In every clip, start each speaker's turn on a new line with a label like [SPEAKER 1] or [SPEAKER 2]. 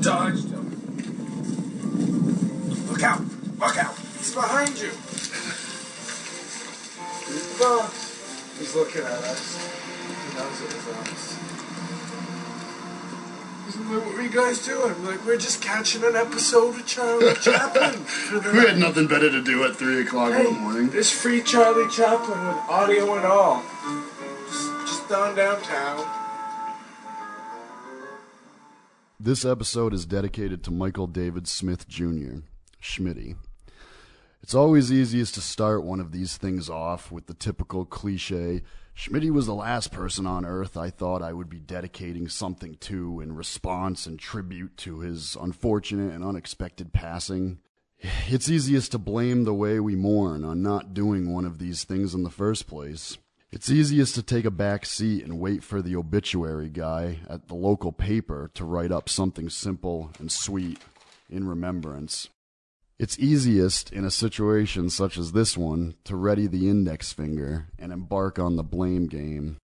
[SPEAKER 1] Dodged him. Look out! Look out! He's behind you!
[SPEAKER 2] Well, he's looking at us. He knows it was us. He's like, what were you guys doing? I'm like, we're just catching an episode of Charlie Chaplin for the
[SPEAKER 3] We
[SPEAKER 2] night.
[SPEAKER 3] had nothing better to do at 3 o'clock in the morning.
[SPEAKER 2] It's free Charlie Chaplin with audio and all. Just, just down downtown.
[SPEAKER 3] This episode is dedicated to Michael David Smith Jr., Schmitty. It's always easiest to start one of these things off with the typical cliche Schmitty was the last person on earth I thought I would be dedicating something to in response and tribute to his unfortunate and unexpected passing. It's easiest to blame the way we mourn on not doing one of these things in the first place. It's easiest to take a back seat and wait for the obituary guy at the local paper to write up something simple and sweet in remembrance. It's easiest in a situation such as this one to ready the index finger and embark on the blame game.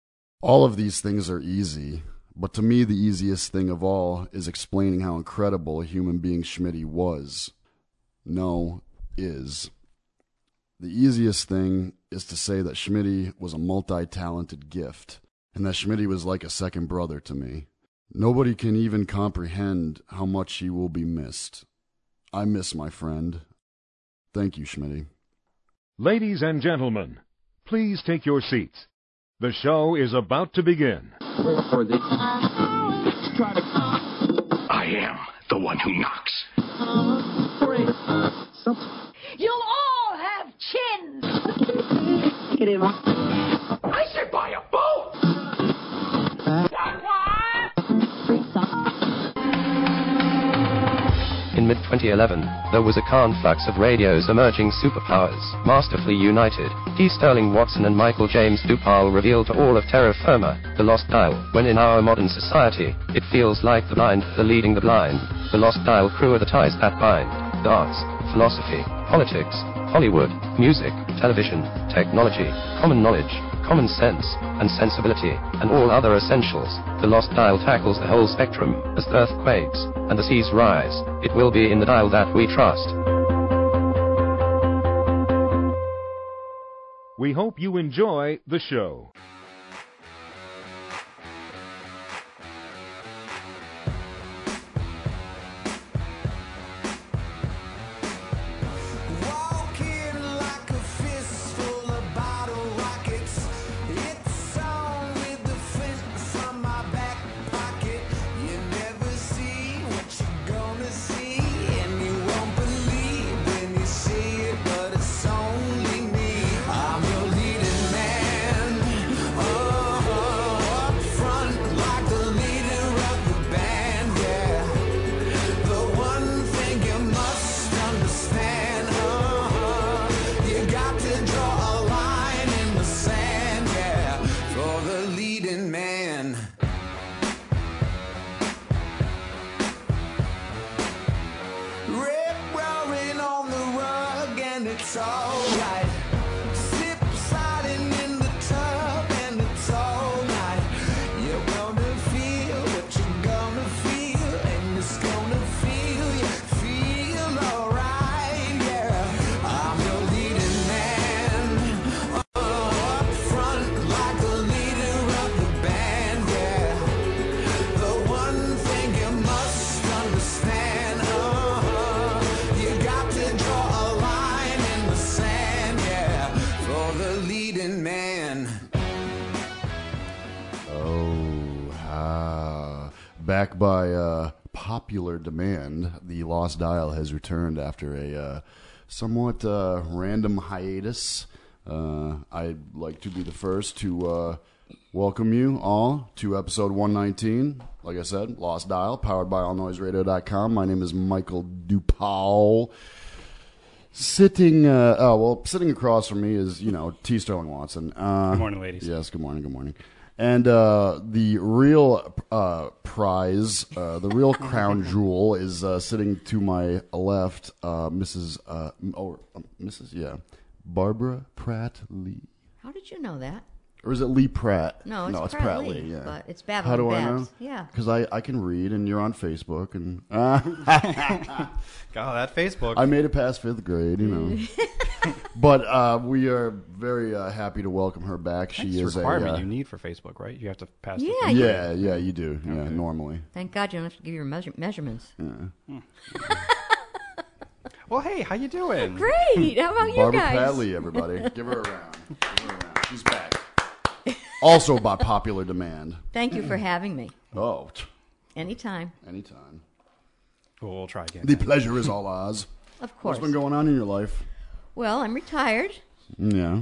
[SPEAKER 3] All of these things are easy, but to me, the easiest thing of all is explaining how incredible a human being Schmitty was. No, is. The easiest thing is to say that Schmitty was a multi talented gift, and that Schmitty was like a second brother to me. Nobody can even comprehend how much he will be missed. I miss my friend. Thank you, Schmitty.
[SPEAKER 4] Ladies and gentlemen, please take your seats. The show is about to begin.
[SPEAKER 5] I am the one who knocks.
[SPEAKER 6] You all have chins.
[SPEAKER 5] I should buy a boat.
[SPEAKER 7] In mid 2011, there was a conflux of radio's emerging superpowers, masterfully united. D. Sterling Watson and Michael James Dupal revealed to all of terra firma the lost dial. When in our modern society, it feels like the blind are leading the blind. The lost dial crew are the ties that bind. The arts, philosophy, politics, Hollywood, music, television, technology, common knowledge, common sense, and sensibility, and all other essentials. The Lost Dial tackles the whole spectrum. As the earth quakes, and the seas rise, it will be in the dial that we trust.
[SPEAKER 4] We hope you enjoy the show.
[SPEAKER 8] Walking like a fistful of bottle rockets. It's on with the flint from my back pocket. You never see what you're gonna see, and you won't believe when you see it, but it's only me. I'm your leading man. Oh, up front like the leader of the band, yeah. The one thing you must understand, uh-huh, you got to draw a line in the sand, yeah, for the leading man. Rip roaring on the rug and it's alright. Slip sliding in the tub and it's alright. You're gonna feel what you're gonna feel and it's gonna feel you feel alright. Yeah, I'm your leading man. Oh, up front like the leader of the band. Yeah. The one thing you must understand, uh-huh, you got to draw a line in the sand, yeah, for the leading man.
[SPEAKER 3] Oh, ah. Back by uh, popular demand, the Lost Dial has returned after a uh, somewhat uh, random hiatus. Uh, I'd like to be the first to uh, welcome you all to episode 119. Like I said, Lost Dial, powered by allnoiseradio.com. My name is Michael Dupal. Sitting, uh, oh, well, sitting across from me is, you know, T. Sterling Watson. Uh, good
[SPEAKER 9] morning, ladies.
[SPEAKER 3] Yes, good morning, good morning. And uh, the real uh, prize, uh, the real crown jewel, is uh, sitting to my left, uh, Mrs. Uh, m- or um, Mrs. Yeah, Barbara Pratt Lee.
[SPEAKER 6] How did you know that?
[SPEAKER 3] Or is it Lee Pratt?
[SPEAKER 9] No, it's,
[SPEAKER 3] it's
[SPEAKER 9] Pratt Lee,
[SPEAKER 3] yeah.
[SPEAKER 9] But it's Babs.
[SPEAKER 3] How do
[SPEAKER 9] Babs.
[SPEAKER 3] I know?
[SPEAKER 9] Yeah.
[SPEAKER 3] Because I, I can read and you're on Facebook and uh,
[SPEAKER 10] God, Oh, that Facebook.
[SPEAKER 3] I made it past fifth grade, you know. but uh, we are very uh, happy to welcome her back. She
[SPEAKER 10] That's
[SPEAKER 3] is
[SPEAKER 10] the requirement
[SPEAKER 3] a uh,
[SPEAKER 10] you need for Facebook, right? You have to pass.
[SPEAKER 9] Yeah,
[SPEAKER 10] The,
[SPEAKER 9] you-
[SPEAKER 3] yeah, yeah, you do. Yeah, normally.
[SPEAKER 9] Thank God you don't have to give your measure- measurements.
[SPEAKER 10] Mm. well, hey, how you doing?
[SPEAKER 9] Great. How about you
[SPEAKER 3] Barbara
[SPEAKER 9] guys?
[SPEAKER 3] Padley, everybody, give her a round. Give her a round. She's back. Also by popular demand.
[SPEAKER 9] Thank you for having me.
[SPEAKER 3] Oh, t-
[SPEAKER 9] Anytime,
[SPEAKER 3] anytime.
[SPEAKER 10] Well, we'll try again.
[SPEAKER 3] The pleasure is all ours.
[SPEAKER 9] of course.
[SPEAKER 3] What's been going on in your life?
[SPEAKER 9] well, I'm retired.
[SPEAKER 3] Yeah,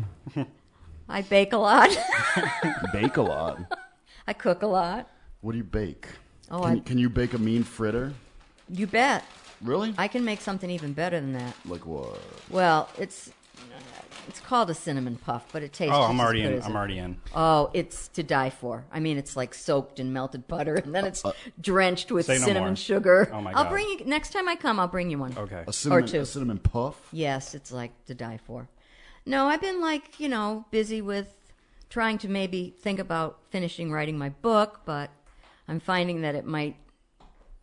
[SPEAKER 9] I bake a lot.
[SPEAKER 3] bake a lot.
[SPEAKER 9] I cook a lot.
[SPEAKER 3] What do you bake?
[SPEAKER 9] Oh,
[SPEAKER 3] can,
[SPEAKER 9] I-
[SPEAKER 3] you- can you bake a mean fritter?
[SPEAKER 9] You bet.
[SPEAKER 3] Really?
[SPEAKER 9] I can make something even better than that.
[SPEAKER 3] like what?
[SPEAKER 9] Well, it's it's called a cinnamon puff, but it tastes.
[SPEAKER 10] Oh,
[SPEAKER 9] just
[SPEAKER 10] I'm
[SPEAKER 9] as
[SPEAKER 10] already
[SPEAKER 9] good
[SPEAKER 10] in.
[SPEAKER 9] as
[SPEAKER 10] I'm
[SPEAKER 9] a-
[SPEAKER 10] already in.
[SPEAKER 9] Oh, it's to die for. I mean, it's like soaked in melted butter, and then it's drenched with
[SPEAKER 10] Uh, Say no
[SPEAKER 9] cinnamon
[SPEAKER 10] more.
[SPEAKER 9] sugar.
[SPEAKER 10] Oh, my
[SPEAKER 9] I'll
[SPEAKER 10] God.
[SPEAKER 9] bring you next time I come. I'll bring you one.
[SPEAKER 10] Okay.
[SPEAKER 3] A cinnamon,
[SPEAKER 9] two.
[SPEAKER 3] a cinnamon puff.
[SPEAKER 9] Yes, it's like to die for. No, I've been like you know busy with trying to maybe think about finishing writing my book, but I'm finding that it might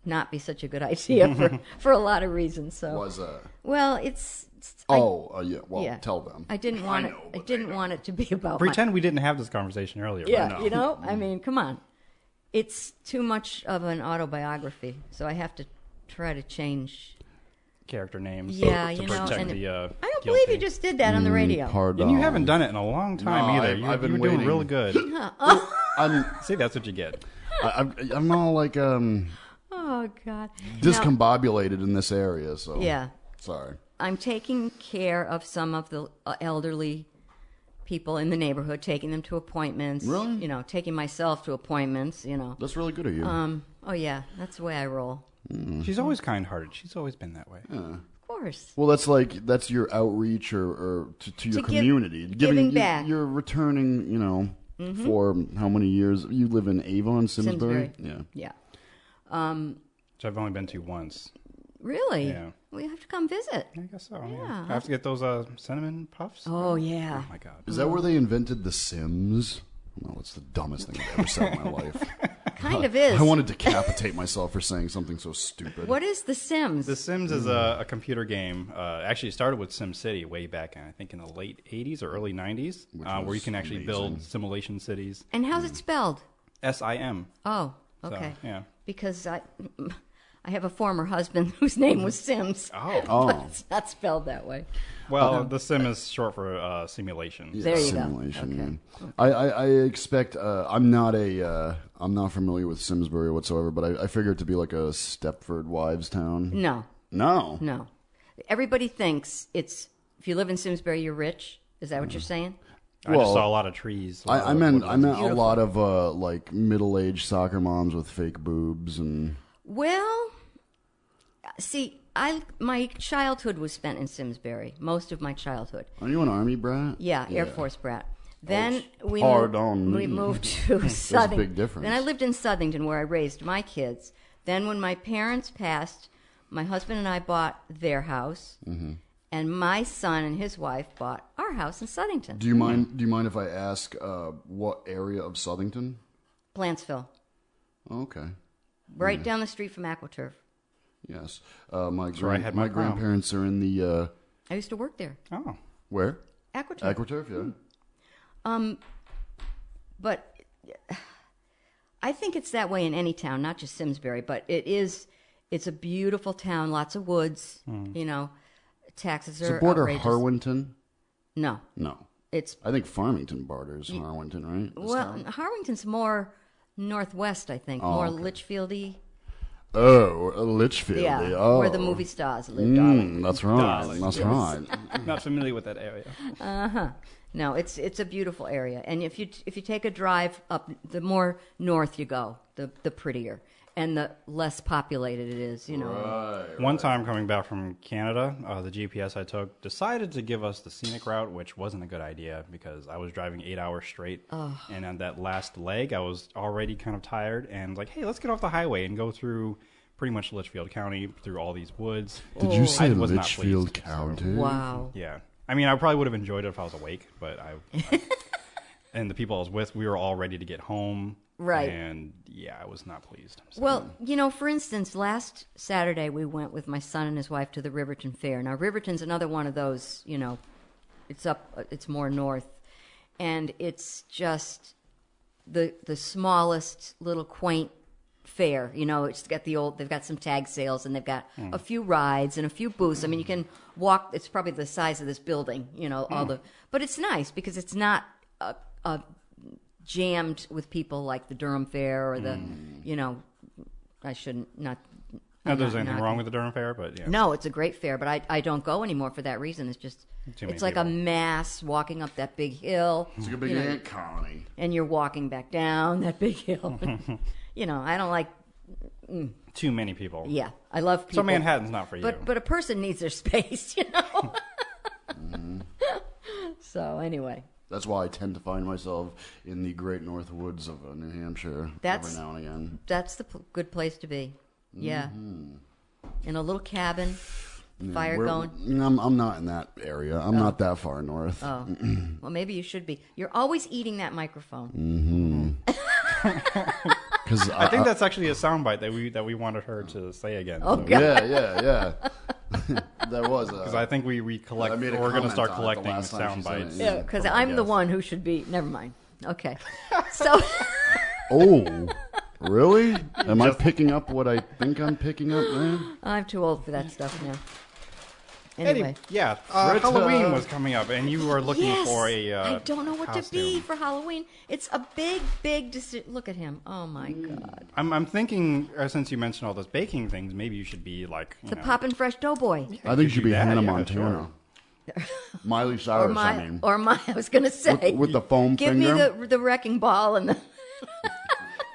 [SPEAKER 9] not be such a good idea for for a lot of reasons. So
[SPEAKER 3] Was a
[SPEAKER 9] well, it's. it's I-
[SPEAKER 3] oh uh, yeah. Well,
[SPEAKER 9] yeah.
[SPEAKER 3] tell them.
[SPEAKER 9] I didn't want it. I didn't want it to be about my-
[SPEAKER 10] Pretend we didn't have this conversation earlier.
[SPEAKER 9] yeah,
[SPEAKER 10] but no.
[SPEAKER 9] you know. I mean, come on. It's too much of an autobiography, so I have to try to change.
[SPEAKER 10] character names.
[SPEAKER 9] Yeah,
[SPEAKER 10] to
[SPEAKER 9] you know.
[SPEAKER 10] protect
[SPEAKER 9] and
[SPEAKER 10] the, uh,
[SPEAKER 9] I don't
[SPEAKER 10] guilty. Mm,
[SPEAKER 9] believe you just did that on the radio.
[SPEAKER 3] Pardon.
[SPEAKER 10] And you haven't done it in a long time
[SPEAKER 3] No,
[SPEAKER 10] either.
[SPEAKER 3] I've-
[SPEAKER 10] you,
[SPEAKER 3] I've been
[SPEAKER 10] you were doing
[SPEAKER 3] waiting.
[SPEAKER 10] real good.
[SPEAKER 3] I'm
[SPEAKER 10] See, that's what you get.
[SPEAKER 3] I, I'm I'm all like um
[SPEAKER 9] Oh God. Now,
[SPEAKER 3] discombobulated in this area. So
[SPEAKER 9] Yeah.
[SPEAKER 3] sorry.
[SPEAKER 9] I'm taking care of some of the uh, elderly people in the neighborhood, taking them to appointments.
[SPEAKER 3] Really?
[SPEAKER 9] You know, taking myself to appointments. You know.
[SPEAKER 3] That's really good of you.
[SPEAKER 9] Um. Oh yeah, that's the way I roll.
[SPEAKER 10] She's always kind-hearted. She's always been that way.
[SPEAKER 9] Of course.
[SPEAKER 3] well, that's like that's your outreach or, or to, to your
[SPEAKER 9] To give-
[SPEAKER 3] community,
[SPEAKER 9] giving
[SPEAKER 3] you,
[SPEAKER 9] back. Mm-hmm.
[SPEAKER 3] You're returning, you know, for how many years? You live in Avon, Simsbury.
[SPEAKER 9] Simsbury.
[SPEAKER 3] Yeah.
[SPEAKER 9] Yeah.
[SPEAKER 10] Which I've only been to once.
[SPEAKER 9] Really?
[SPEAKER 10] Yeah.
[SPEAKER 9] We have to come visit.
[SPEAKER 10] I guess so. Yeah. I have to get those uh, cinnamon puffs. Oh
[SPEAKER 9] Oh yeah.
[SPEAKER 10] my god.
[SPEAKER 3] Is that where they invented the Sims? No, it's the dumbest thing I've ever said in my life.
[SPEAKER 9] Kind of is.
[SPEAKER 3] I want to decapitate myself for saying something so stupid.
[SPEAKER 9] What is The Sims?
[SPEAKER 10] The Sims is
[SPEAKER 3] Hmm.
[SPEAKER 10] a, a computer game. Uh, actually, it started with SimCity way back, in, I think, in the late '80s or early '90s, uh, where you
[SPEAKER 3] was
[SPEAKER 10] can actually build simulation cities.
[SPEAKER 9] and how's it spelled?
[SPEAKER 10] S I M.
[SPEAKER 9] Oh, okay.
[SPEAKER 10] yeah.
[SPEAKER 9] Because I, I have a former husband whose name was Sims.
[SPEAKER 10] Oh.
[SPEAKER 9] But it's not spelled that way.
[SPEAKER 10] Well, the sim is short for uh, simulation.
[SPEAKER 9] There you
[SPEAKER 3] simulation.
[SPEAKER 9] go. Okay.
[SPEAKER 3] yeah. I, I, I expect uh, I'm not a uh, I'm not familiar with Simsbury whatsoever, but I, I figure it to be like a Stepford Wives town.
[SPEAKER 9] No,
[SPEAKER 3] No.
[SPEAKER 9] Mm. no. Everybody thinks it's if you live in Simsbury, you're rich. Is that what
[SPEAKER 10] Mm-hmm.
[SPEAKER 9] you're saying?
[SPEAKER 10] I
[SPEAKER 3] Well,
[SPEAKER 10] just saw a lot of trees.
[SPEAKER 3] I, I meant I meant a
[SPEAKER 9] Beautiful.
[SPEAKER 3] lot of uh, like middle aged soccer moms with fake boobs and
[SPEAKER 9] Well, see, I my childhood was spent in Simsbury. Most of my childhood.
[SPEAKER 3] are you an army brat?
[SPEAKER 9] Yeah, Air Force brat.
[SPEAKER 3] Oh,
[SPEAKER 9] Then we
[SPEAKER 3] pardon
[SPEAKER 9] moved, we
[SPEAKER 3] me.
[SPEAKER 9] moved to Southing.
[SPEAKER 3] big difference.
[SPEAKER 9] Then I lived in Southington where I raised my kids. Then when my parents passed, my husband and I bought their house,
[SPEAKER 3] Mm-hmm.
[SPEAKER 9] and my son and his wife bought our house in Southington,
[SPEAKER 3] Do you mind Do you mind if I ask uh, what area of Southington?
[SPEAKER 9] Plantsville,
[SPEAKER 3] Oh, okay.
[SPEAKER 9] right
[SPEAKER 3] Mm.
[SPEAKER 9] down the street from AquaTurf.
[SPEAKER 3] Yes. Uh, my
[SPEAKER 10] where I
[SPEAKER 3] gran-
[SPEAKER 10] had
[SPEAKER 3] my,
[SPEAKER 10] my prom.
[SPEAKER 3] grandparents are in the uh,
[SPEAKER 9] I used to work there,
[SPEAKER 10] Oh,
[SPEAKER 3] where
[SPEAKER 9] AquaTurf.
[SPEAKER 3] AquaTurf. Yeah.
[SPEAKER 9] but I think it's that way in any town, not just Simsbury, but it is. It's a beautiful town, lots of woods. You know, taxes
[SPEAKER 3] Does
[SPEAKER 9] are
[SPEAKER 3] it Hmm. border
[SPEAKER 9] outrageous.
[SPEAKER 3] Harwinton?
[SPEAKER 9] No,
[SPEAKER 3] No.
[SPEAKER 9] it's
[SPEAKER 3] I think Farmington borders Harwinton, right? This
[SPEAKER 9] Mm. well,
[SPEAKER 3] town?
[SPEAKER 9] Harwington's more northwest, I think, more Litchfieldy.
[SPEAKER 3] oh, uh, Litchfield.
[SPEAKER 9] Yeah,
[SPEAKER 3] oh.
[SPEAKER 9] where the movie stars lived.
[SPEAKER 3] Mm, that's right.
[SPEAKER 10] Darling,
[SPEAKER 3] That's
[SPEAKER 10] yes.
[SPEAKER 3] right.
[SPEAKER 10] not familiar with that area.
[SPEAKER 9] No, it's it's a beautiful area, and if you if you take a drive up, the more north you go, the the prettier and the less populated it is. You know,
[SPEAKER 10] One time coming back from Canada, uh, the GPS I took decided to give us the scenic route, which wasn't a good idea because I was driving eight hours straight, and on that last leg, I was already kind of tired and like, hey, let's get off the highway and go through pretty much Litchfield County through all these woods.
[SPEAKER 3] Did you say
[SPEAKER 10] I was not
[SPEAKER 3] Litchfield
[SPEAKER 10] pleased, so-
[SPEAKER 3] County?
[SPEAKER 9] wow.
[SPEAKER 10] Yeah, I mean, I probably would have enjoyed it if I was awake, but I. and the people I was with, we were all ready to get home.
[SPEAKER 9] Right.
[SPEAKER 10] And yeah, I was not pleased.
[SPEAKER 9] Well, you know, for instance, last Saturday we went with my son and his wife to the Riverton Fair. Now, Riverton's another one of those, you know, it's up, it's more north, and it's just the the smallest little quaint fair. You know, it's got the old, they've got some tag sales and they've got
[SPEAKER 6] Hmm.
[SPEAKER 9] a few rides and a few booths. I mean, you can walk. It's probably the size of this building. You know, all
[SPEAKER 6] Hmm.
[SPEAKER 9] the, but it's nice because it's not a, a jammed with people like the Durham Fair or the,
[SPEAKER 6] Hmm.
[SPEAKER 9] you know, I shouldn't not.
[SPEAKER 10] Not
[SPEAKER 9] I'm
[SPEAKER 10] that there's
[SPEAKER 9] not
[SPEAKER 10] anything
[SPEAKER 9] knocking-
[SPEAKER 10] wrong with the Durham Fair, but yeah.
[SPEAKER 9] No, it's a great fair, but I, I don't go anymore for that reason. It's just
[SPEAKER 10] Too many
[SPEAKER 9] it's like a mass walking up that big hill.
[SPEAKER 3] It's like a big
[SPEAKER 9] you know,
[SPEAKER 3] ant colony.
[SPEAKER 9] And you're walking back down that big hill. you know, I don't like. mm,
[SPEAKER 10] Too many people.
[SPEAKER 9] Yeah, I love
[SPEAKER 10] So
[SPEAKER 9] people.
[SPEAKER 10] Manhattan's not for you.
[SPEAKER 9] But but a person needs their space, you know.
[SPEAKER 3] Mm-hmm.
[SPEAKER 9] so anyway,
[SPEAKER 3] That's why I tend to find myself in the great north woods of uh, New Hampshire
[SPEAKER 9] That's-
[SPEAKER 3] every now and again.
[SPEAKER 9] that's the p- good place to be. Yeah,
[SPEAKER 3] Mhm.
[SPEAKER 9] in a little cabin,
[SPEAKER 3] Yeah,
[SPEAKER 9] fire
[SPEAKER 3] we're-
[SPEAKER 9] going.
[SPEAKER 3] Mm, I'm, I'm not in that area. I'm not that far north.
[SPEAKER 9] Oh, well, maybe you should be. You're always eating that microphone.
[SPEAKER 3] hmm Because
[SPEAKER 10] I think that's actually a soundbite that we that we wanted her to say again.
[SPEAKER 3] Oh, God. Yeah, yeah, yeah. that was
[SPEAKER 10] because I think we we collect.
[SPEAKER 3] I made a
[SPEAKER 10] We're going to
[SPEAKER 3] comment
[SPEAKER 10] start
[SPEAKER 3] on it the
[SPEAKER 10] collecting
[SPEAKER 3] last time she said it.
[SPEAKER 10] soundbites.
[SPEAKER 9] Yeah, because
[SPEAKER 3] Probably,
[SPEAKER 9] I'm the
[SPEAKER 3] yes.
[SPEAKER 9] one who should be. Never mind. Okay, so
[SPEAKER 3] oh, really? Am I picking up what I think I'm picking up, man?
[SPEAKER 9] I'm too old for that stuff now. Anyway,
[SPEAKER 10] yeah, uh,
[SPEAKER 3] Fritta.
[SPEAKER 10] Halloween was coming up, and you were looking
[SPEAKER 9] yes,
[SPEAKER 10] for a. Uh,
[SPEAKER 9] I don't know what to
[SPEAKER 10] costume.
[SPEAKER 9] be for Halloween. It's a big, big decision. Look at him. Oh my god,
[SPEAKER 10] I'm I'm thinking uh, since you mentioned all those baking things, maybe you should be like you
[SPEAKER 9] the
[SPEAKER 10] know,
[SPEAKER 9] poppin' fresh doughboy.
[SPEAKER 3] I think it should be
[SPEAKER 10] that,
[SPEAKER 3] Hannah
[SPEAKER 10] yeah,
[SPEAKER 3] Montana. Miley
[SPEAKER 9] Or
[SPEAKER 3] Cyrus,
[SPEAKER 9] my,
[SPEAKER 3] I mean.
[SPEAKER 9] or my, I was gonna say,
[SPEAKER 3] With- with the foam
[SPEAKER 9] give
[SPEAKER 3] finger?
[SPEAKER 9] me the the wrecking ball and the.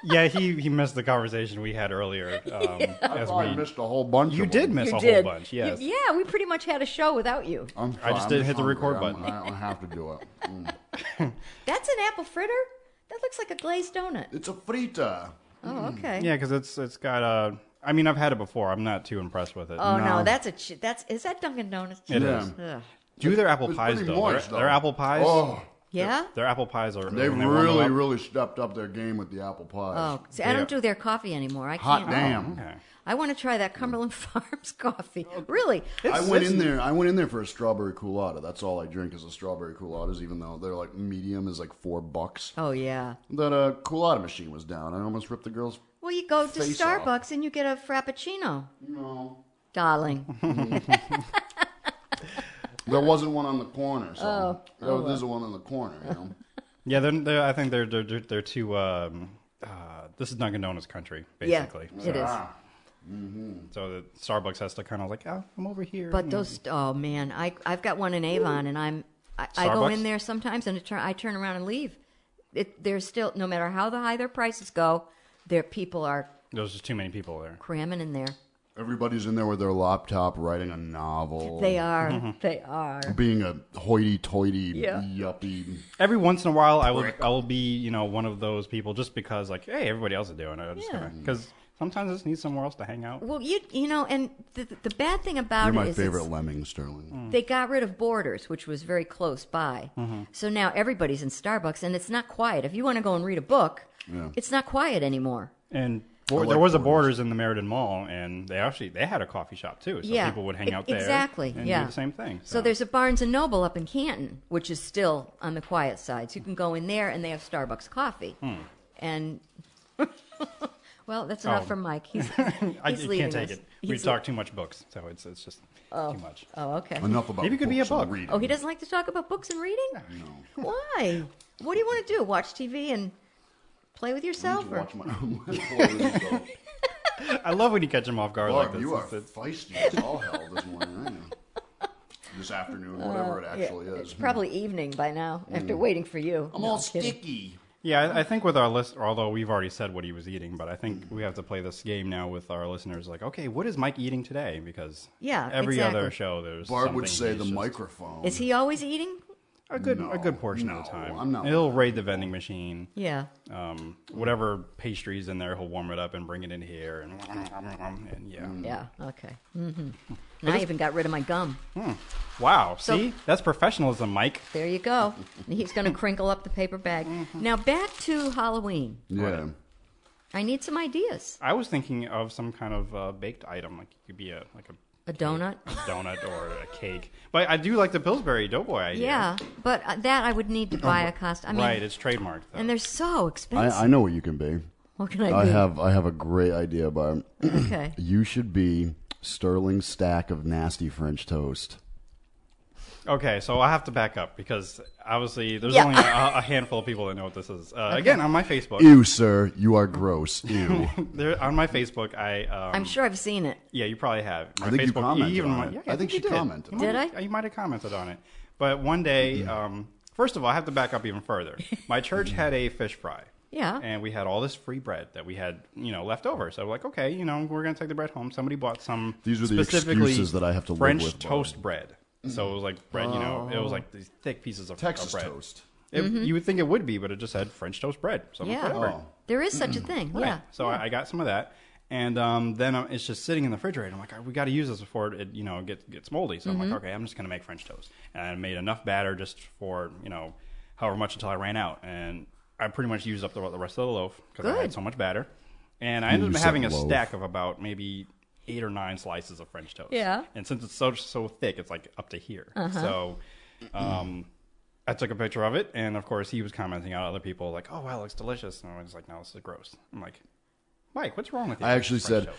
[SPEAKER 10] yeah, he he missed the conversation we had earlier. Um,
[SPEAKER 9] Yeah.
[SPEAKER 10] as
[SPEAKER 3] Well, I
[SPEAKER 10] we,
[SPEAKER 3] missed a whole bunch.
[SPEAKER 10] You
[SPEAKER 3] of
[SPEAKER 10] did
[SPEAKER 3] them.
[SPEAKER 10] miss
[SPEAKER 9] you
[SPEAKER 10] a
[SPEAKER 9] did.
[SPEAKER 10] whole bunch.
[SPEAKER 9] You-
[SPEAKER 10] Yes.
[SPEAKER 9] yeah, we pretty much had a show without you.
[SPEAKER 3] I'm
[SPEAKER 10] I
[SPEAKER 3] fine.
[SPEAKER 10] just didn't
[SPEAKER 3] I'm
[SPEAKER 10] hit the record
[SPEAKER 3] hungry. I'm-
[SPEAKER 10] button.
[SPEAKER 3] I don't have to do it. Mm.
[SPEAKER 9] That's an apple fritter. That looks like a glazed donut.
[SPEAKER 3] It's a frita.
[SPEAKER 9] Oh, okay.
[SPEAKER 10] Yeah, because it's it's got a. I mean, I've had it before. I'm not too impressed with it.
[SPEAKER 9] Oh no, that's a ch- that's is that Dunkin' Donuts?
[SPEAKER 10] It
[SPEAKER 9] chips?
[SPEAKER 10] is.
[SPEAKER 9] Ugh.
[SPEAKER 10] do their apple
[SPEAKER 3] It's
[SPEAKER 10] pies
[SPEAKER 3] pretty
[SPEAKER 10] though. Their-
[SPEAKER 3] moist,
[SPEAKER 10] their,
[SPEAKER 3] though.
[SPEAKER 10] apple pies.
[SPEAKER 3] Oh.
[SPEAKER 9] Yeah.
[SPEAKER 10] Their apple pies are.
[SPEAKER 3] They
[SPEAKER 10] when warm them
[SPEAKER 3] really,
[SPEAKER 10] up-
[SPEAKER 3] really stepped up their game with the apple pies.
[SPEAKER 9] Oh, see, I don't do their coffee anymore. I
[SPEAKER 3] Hot
[SPEAKER 9] can't.
[SPEAKER 3] damn.
[SPEAKER 10] Oh, Okay.
[SPEAKER 9] I want to try that Cumberland Farms coffee. Really?
[SPEAKER 3] Oh, I went in there. I went in there for a strawberry culotta. That's all I drink is a strawberry culotta, even though they're like medium is like four bucks.
[SPEAKER 9] Oh yeah.
[SPEAKER 3] That uh, culotta machine was down. I almost ripped the girl's.
[SPEAKER 9] Well, you go to
[SPEAKER 3] Face
[SPEAKER 9] Starbucks and you get a frappuccino,
[SPEAKER 3] No,
[SPEAKER 9] darling.
[SPEAKER 3] there wasn't one on the corner. So
[SPEAKER 9] Oh.
[SPEAKER 3] there,
[SPEAKER 9] Oh,
[SPEAKER 3] there's one on the corner. You know,
[SPEAKER 10] Yeah, they're, they're, I think they're they're they're, they're too. Um, uh, this is Dunkin' Donuts country,
[SPEAKER 9] Yeah,
[SPEAKER 10] basically.
[SPEAKER 9] it is.
[SPEAKER 3] Ah.
[SPEAKER 10] So the Starbucks has to kind of like, oh, I'm over here.
[SPEAKER 9] But those, oh man, I I've got one in Avon, and I'm I, I go
[SPEAKER 10] Starbucks?
[SPEAKER 9] in there sometimes, and it turn, I turn around and leave. It, there's still no matter how the high their prices go, their people are
[SPEAKER 10] There's just too many people there.
[SPEAKER 9] cramming in there.
[SPEAKER 3] everybody's in there with their laptop writing a novel.
[SPEAKER 9] They
[SPEAKER 3] Mm-hmm.
[SPEAKER 9] are, they are.
[SPEAKER 3] being a hoity-toity
[SPEAKER 9] Yeah.
[SPEAKER 3] yuppie.
[SPEAKER 10] Every once in a while, I will I will be you know one of those people just because like, hey, everybody else is doing it. I'm just
[SPEAKER 9] Yeah.
[SPEAKER 10] gonna because sometimes I just need somewhere else to hang out.
[SPEAKER 9] Well, you you know, and the the bad thing about
[SPEAKER 3] You're
[SPEAKER 9] it
[SPEAKER 3] my
[SPEAKER 9] is it's-
[SPEAKER 3] favorite lemming, Sterling.
[SPEAKER 10] Mm.
[SPEAKER 9] they got rid of Borders, which was very close by.
[SPEAKER 10] Mm-hmm.
[SPEAKER 9] So now everybody's in Starbucks, and it's not quiet. If you want to go and read a book,
[SPEAKER 3] Yeah.
[SPEAKER 9] it's not quiet anymore.
[SPEAKER 10] And Bor-
[SPEAKER 3] like
[SPEAKER 10] there was a
[SPEAKER 3] Borders.
[SPEAKER 10] Borders in the Meriden Mall, and they actually they had a coffee shop too, so
[SPEAKER 9] Yeah,
[SPEAKER 10] people would hang
[SPEAKER 9] e-
[SPEAKER 10] out there
[SPEAKER 9] exactly,
[SPEAKER 10] and
[SPEAKER 9] yeah.
[SPEAKER 10] do the same thing.
[SPEAKER 9] So there's a Barnes and Noble up in Canton, which is still on the quiet side. So you can go in there, and they have Starbucks coffee.
[SPEAKER 10] Hmm.
[SPEAKER 9] And well, that's enough
[SPEAKER 10] Oh.
[SPEAKER 9] for Mike. He's,
[SPEAKER 10] I
[SPEAKER 9] he's
[SPEAKER 10] you
[SPEAKER 9] leaving
[SPEAKER 10] can't take
[SPEAKER 9] us.
[SPEAKER 10] it. We
[SPEAKER 9] He's
[SPEAKER 10] talk too much books, so it's it's just too much.
[SPEAKER 9] Oh, okay.
[SPEAKER 3] Enough about
[SPEAKER 10] Maybe it could be a
[SPEAKER 3] books and
[SPEAKER 10] book.
[SPEAKER 3] reading.
[SPEAKER 9] Oh, he doesn't like to talk about books and reading. Why? What do you want to do? Watch TV and play with yourself? or-
[SPEAKER 3] Watch my.
[SPEAKER 10] I love when you catch him off guard like
[SPEAKER 3] Bob,
[SPEAKER 10] this.
[SPEAKER 3] you are
[SPEAKER 10] It's- it's-
[SPEAKER 3] feisty as all hell this morning, aren't you? This afternoon, whatever it
[SPEAKER 9] Uh, Yeah,
[SPEAKER 3] actually
[SPEAKER 9] It's
[SPEAKER 3] is.
[SPEAKER 9] probably evening by now after
[SPEAKER 3] Mm.
[SPEAKER 9] waiting for you.
[SPEAKER 3] I'm
[SPEAKER 9] No,
[SPEAKER 3] all
[SPEAKER 9] kidding.
[SPEAKER 3] sticky.
[SPEAKER 10] Yeah, I, I think with our list, although we've already said what he was eating, but I think we have to play this game now with our listeners. Like, okay, what is Mike eating today? Because
[SPEAKER 9] Yeah,
[SPEAKER 10] every
[SPEAKER 9] exactly.
[SPEAKER 10] other show there's
[SPEAKER 3] Barb would
[SPEAKER 10] something
[SPEAKER 3] say
[SPEAKER 10] he's
[SPEAKER 3] the
[SPEAKER 10] just-
[SPEAKER 3] microphone.
[SPEAKER 9] Is he always eating?
[SPEAKER 10] a good
[SPEAKER 3] No,
[SPEAKER 10] a good portion of
[SPEAKER 3] no,
[SPEAKER 10] the time.
[SPEAKER 3] I'm not
[SPEAKER 10] He'll raid the vending machine.
[SPEAKER 9] Yeah.
[SPEAKER 10] Um, whatever pastries in there, he'll warm it up and bring it in here, and, and yeah.
[SPEAKER 3] Mm.
[SPEAKER 9] Yeah. Okay. Mm-hmm. And I even got rid of my gum.
[SPEAKER 10] Wow.
[SPEAKER 9] So-
[SPEAKER 10] see, that's professionalism, Mike.
[SPEAKER 9] There you go. And he's going to crinkle up the paper bag.
[SPEAKER 3] Mm-hmm.
[SPEAKER 9] Now back to Halloween.
[SPEAKER 3] Yeah.
[SPEAKER 9] I need some ideas.
[SPEAKER 10] I was thinking of some kind of uh, baked item, like it could be a like a,
[SPEAKER 9] A donut.
[SPEAKER 10] a donut or a cake. But I do like the Pillsbury Doughboy idea.
[SPEAKER 9] Yeah, but uh, that I would need to buy a cost. I mean,
[SPEAKER 10] right, it's trademarked. Though.
[SPEAKER 9] and they're so expensive.
[SPEAKER 3] I, I know what you can be.
[SPEAKER 9] What can I
[SPEAKER 3] I
[SPEAKER 9] be?
[SPEAKER 3] have I have a great idea, Barb.
[SPEAKER 9] Okay.
[SPEAKER 3] you should be Sterling stack of nasty French toast.
[SPEAKER 10] Okay, so I have to back up because obviously there's
[SPEAKER 9] Yeah.
[SPEAKER 10] only a, a handful of people that know what this is. Uh, Again, on my Facebook,
[SPEAKER 3] Ew, sir, you are gross. Ew.
[SPEAKER 10] there, on my Facebook, I um,
[SPEAKER 9] I'm sure I've seen it.
[SPEAKER 10] yeah, you probably have. My
[SPEAKER 3] I think you
[SPEAKER 10] Facebook-
[SPEAKER 3] commented
[SPEAKER 10] even
[SPEAKER 3] on
[SPEAKER 10] my-
[SPEAKER 3] it.
[SPEAKER 10] yeah,
[SPEAKER 3] I think
[SPEAKER 10] you
[SPEAKER 3] she commented Hmm. on
[SPEAKER 9] Did I?
[SPEAKER 10] You might have commented on it, but one day, um, first of all, I have to back up even further. My church had a fish fry.
[SPEAKER 9] Yeah.
[SPEAKER 10] And we had all this free bread that we had, you know, left over. So we're like, okay, you know, we're gonna take the bread home. Somebody bought some.
[SPEAKER 3] These are the
[SPEAKER 10] specifically
[SPEAKER 3] excuses that I have to live
[SPEAKER 10] French
[SPEAKER 3] with, Bob.
[SPEAKER 10] toast bread. So it was like bread, you know,
[SPEAKER 9] Oh.
[SPEAKER 10] it was like these thick pieces of of
[SPEAKER 3] Texas
[SPEAKER 10] bread.
[SPEAKER 3] toast.
[SPEAKER 10] It, You would think it would be, but it just had French toast bread. So I'm like,
[SPEAKER 9] Mm-hmm. Yeah.
[SPEAKER 3] Oh.
[SPEAKER 10] whatever.
[SPEAKER 9] There is such a thing.
[SPEAKER 10] Right.
[SPEAKER 9] Yeah.
[SPEAKER 10] So I, I got some of that, and um, then um, it's just sitting in the refrigerator. I'm like, "Oh, we got to use this before it, you know, gets gets moldy. So
[SPEAKER 9] Mm-hmm.
[SPEAKER 10] I'm like, okay, I'm just gonna make French toast, and I made enough batter just for you know, however much until I ran out, and I pretty much used up the, the rest of the loaf because I
[SPEAKER 9] Good.
[SPEAKER 10] had so much batter, and I ended
[SPEAKER 3] You
[SPEAKER 10] up
[SPEAKER 3] said
[SPEAKER 10] having a
[SPEAKER 3] loaf.
[SPEAKER 10] stack of about maybe. Eight or nine slices of French toast.
[SPEAKER 9] Yeah. Uh-huh.
[SPEAKER 10] and since it's so so thick, it's like up to here. So, um, I took a picture of it, and of course, he was commenting on other people like, "Oh, wow, it looks delicious," and I was like, "No, this is gross." I'm like, "Mike, what's wrong with you?"
[SPEAKER 3] I actually
[SPEAKER 10] French
[SPEAKER 3] said,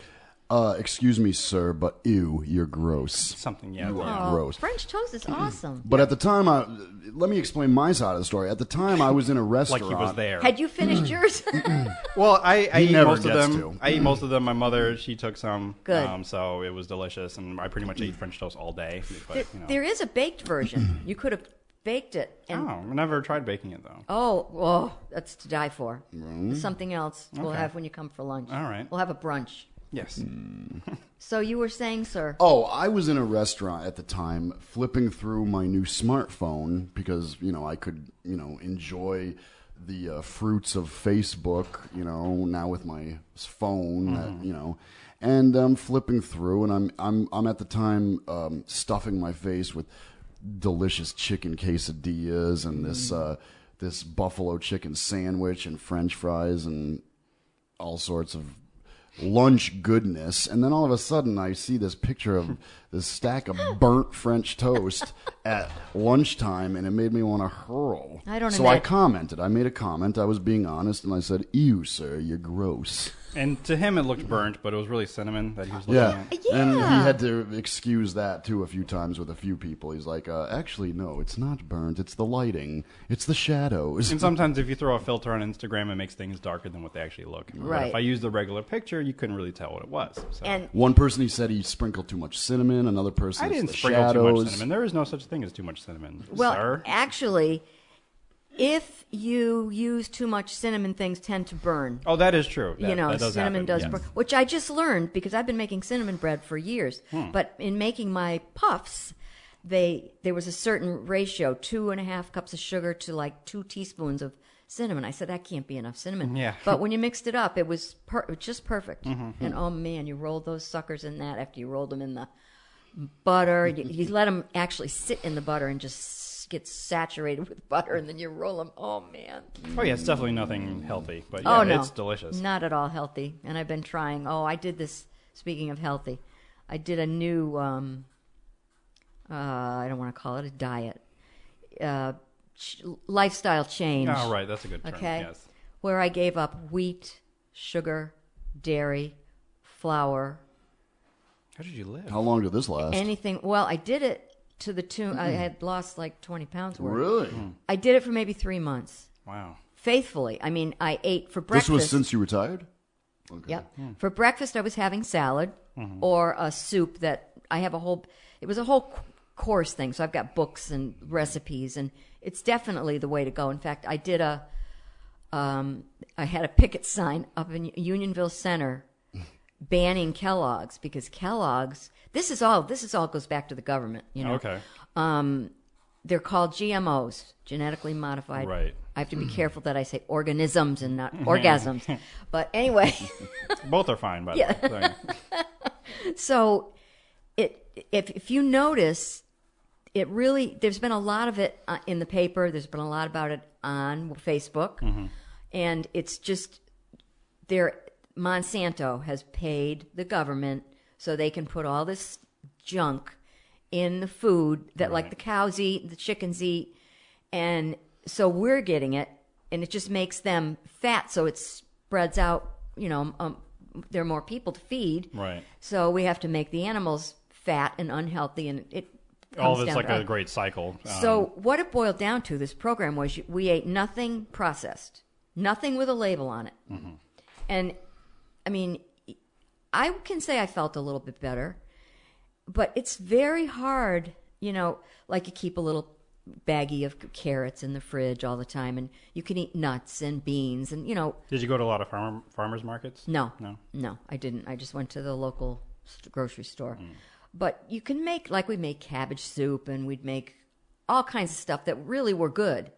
[SPEAKER 10] toast.
[SPEAKER 3] uh, "Excuse me, sir, but ew, you're gross."
[SPEAKER 10] something, yeah.
[SPEAKER 3] You
[SPEAKER 10] yeah.
[SPEAKER 3] are gross.
[SPEAKER 9] French toast is awesome.
[SPEAKER 3] But at the time, I, let me explain my side of the story. At the time, I was in a
[SPEAKER 10] Like
[SPEAKER 3] restaurant.
[SPEAKER 10] he was there.
[SPEAKER 9] Had you finished yours?
[SPEAKER 10] well, I, I
[SPEAKER 3] He
[SPEAKER 10] eat
[SPEAKER 3] never
[SPEAKER 10] most of
[SPEAKER 3] gets to.
[SPEAKER 10] them. I eat most of them. My mother, she took some.
[SPEAKER 9] Good.
[SPEAKER 10] Um, so it was delicious, and I pretty much ate French toast all day. But,
[SPEAKER 9] there,
[SPEAKER 10] you know.
[SPEAKER 9] there is a baked version. You could have baked it and
[SPEAKER 10] Oh, I never tried baking it though.
[SPEAKER 9] Oh, oh, that's to die for. Something else we'll
[SPEAKER 10] Okay.
[SPEAKER 9] have when you come for lunch.
[SPEAKER 10] All right.
[SPEAKER 9] We'll have a brunch.
[SPEAKER 10] Yes.
[SPEAKER 3] Hmm.
[SPEAKER 9] So you were saying, sir?
[SPEAKER 3] Oh, I was in a restaurant at the time, flipping through my new smartphone because you know I could you know enjoy the uh, fruits of Facebook. You know now with my s- phone, that, you know, and I'm flipping through, and I'm I'm I'm at the time um, stuffing my face with delicious chicken quesadillas and this uh, this buffalo chicken sandwich and French fries and all sorts of lunch goodness. And then all of a sudden, I see this picture of this stack of burnt French toast at lunchtime, and it made me want to hurl.
[SPEAKER 9] I don't
[SPEAKER 3] So I
[SPEAKER 9] imagine-
[SPEAKER 3] commented. I made a comment. I was being honest, and I said, "Ew, sir, you're gross."
[SPEAKER 10] And to him, it looked burnt, but it was really cinnamon that he was looking
[SPEAKER 3] Yeah.
[SPEAKER 10] at.
[SPEAKER 3] and he had to excuse that too a few times with a few people. He's like, uh, "Actually, no, it's not burnt. It's the lighting. It's the shadows."
[SPEAKER 10] And sometimes if you throw a filter on Instagram, it makes things darker than what they actually look. But
[SPEAKER 9] Right.
[SPEAKER 10] if I used the regular picture, you couldn't really tell what it was. So.
[SPEAKER 9] And
[SPEAKER 3] One person he said he sprinkled too much cinnamon. Another person
[SPEAKER 10] I
[SPEAKER 3] it's
[SPEAKER 10] didn't
[SPEAKER 3] the
[SPEAKER 10] sprinkle too
[SPEAKER 3] shadows.
[SPEAKER 10] much cinnamon. There is no such thing as too much cinnamon,
[SPEAKER 9] well,
[SPEAKER 10] sir.
[SPEAKER 9] actually, if you use too much cinnamon, things tend to burn.
[SPEAKER 10] Oh, that is true. That,
[SPEAKER 9] you know,
[SPEAKER 10] that does
[SPEAKER 9] cinnamon
[SPEAKER 10] happen,
[SPEAKER 9] does
[SPEAKER 10] yes.
[SPEAKER 9] burn, which I just learned because I've been making cinnamon bread for years.
[SPEAKER 10] Hmm.
[SPEAKER 9] But in making my puffs, they there was a certain ratio two and a half cups of sugar to like two teaspoons of cinnamon. I said that can't be enough cinnamon.
[SPEAKER 10] Yeah. Mm-hmm,
[SPEAKER 9] But when you mixed it up, it was per- it was just perfect. And oh man, you rolled those suckers in that after you rolled them in the butter. You, you let them actually sit in the butter and just get saturated with butter, and then you roll them. Oh man.
[SPEAKER 10] Oh yeah, it's definitely nothing healthy, but yeah,
[SPEAKER 9] Oh no,
[SPEAKER 10] it's delicious.
[SPEAKER 9] Not at all healthy, and I've been trying. Oh, I did this. Speaking of healthy, I did a new. Um, uh, I don't want to call it a diet. Uh, ch- lifestyle change.
[SPEAKER 10] Oh right, that's a good term.
[SPEAKER 9] Okay.
[SPEAKER 10] Yes.
[SPEAKER 9] Where I gave up wheat, sugar, dairy, flour,
[SPEAKER 10] How did you live?
[SPEAKER 3] How long did this last?
[SPEAKER 9] anything. Well, I did it to the tune. I had lost like twenty pounds worth.
[SPEAKER 3] Really?
[SPEAKER 9] I did it for maybe three months
[SPEAKER 10] Wow.
[SPEAKER 9] faithfully. I mean, I ate for
[SPEAKER 3] This
[SPEAKER 9] breakfast.
[SPEAKER 3] was since you retired? Okay.
[SPEAKER 9] Yep. For breakfast, I was having salad or a soup that I have a whole. It was a whole c- course thing, so I've got books and recipes, and it's definitely the way to go. In fact, I did a. Um, I had a picket sign up in Unionville Center banning Kellogg's because Kellogg's. This is all. This is all goes back to the government. You know.
[SPEAKER 10] Okay.
[SPEAKER 9] they're called GMOs, genetically modified.
[SPEAKER 10] Right.
[SPEAKER 9] I have to be careful that I say organisms and not orgasms. But anyway,
[SPEAKER 10] Both are fine, by the
[SPEAKER 9] Yeah.
[SPEAKER 10] way. Sorry.
[SPEAKER 9] so it if if you notice, it really there's been a lot of it uh, in the paper. There's been a lot about it on Facebook, and it's just there. Monsanto has paid the government so they can put all this junk in the food that like the cows eat, the chickens eat, and so we're getting it, and it just makes them fat, so it spreads out. You know, um, there are more people to feed,
[SPEAKER 10] Right.
[SPEAKER 9] So we have to make the animals fat and unhealthy, and it.
[SPEAKER 10] All
[SPEAKER 9] comes
[SPEAKER 10] of it's
[SPEAKER 9] down
[SPEAKER 10] like
[SPEAKER 9] to
[SPEAKER 10] a
[SPEAKER 9] us.
[SPEAKER 10] great cycle. Um,
[SPEAKER 9] So what it boiled down to, this program was you- we ate nothing processed, nothing with a label on it,
[SPEAKER 10] Mm-hmm.
[SPEAKER 9] and I mean, I can say I felt a little bit better, but it's very hard, you know, like you keep a little baggie of carrots in the fridge all the time, and you can eat nuts and beans, and you know,
[SPEAKER 10] did you go to a lot of farm, farmers markets?
[SPEAKER 9] no.
[SPEAKER 10] No.
[SPEAKER 9] No, I didn't. I just went to the local st- grocery store. But you can make, like, we made cabbage soup and we'd make all kinds of stuff that really were good.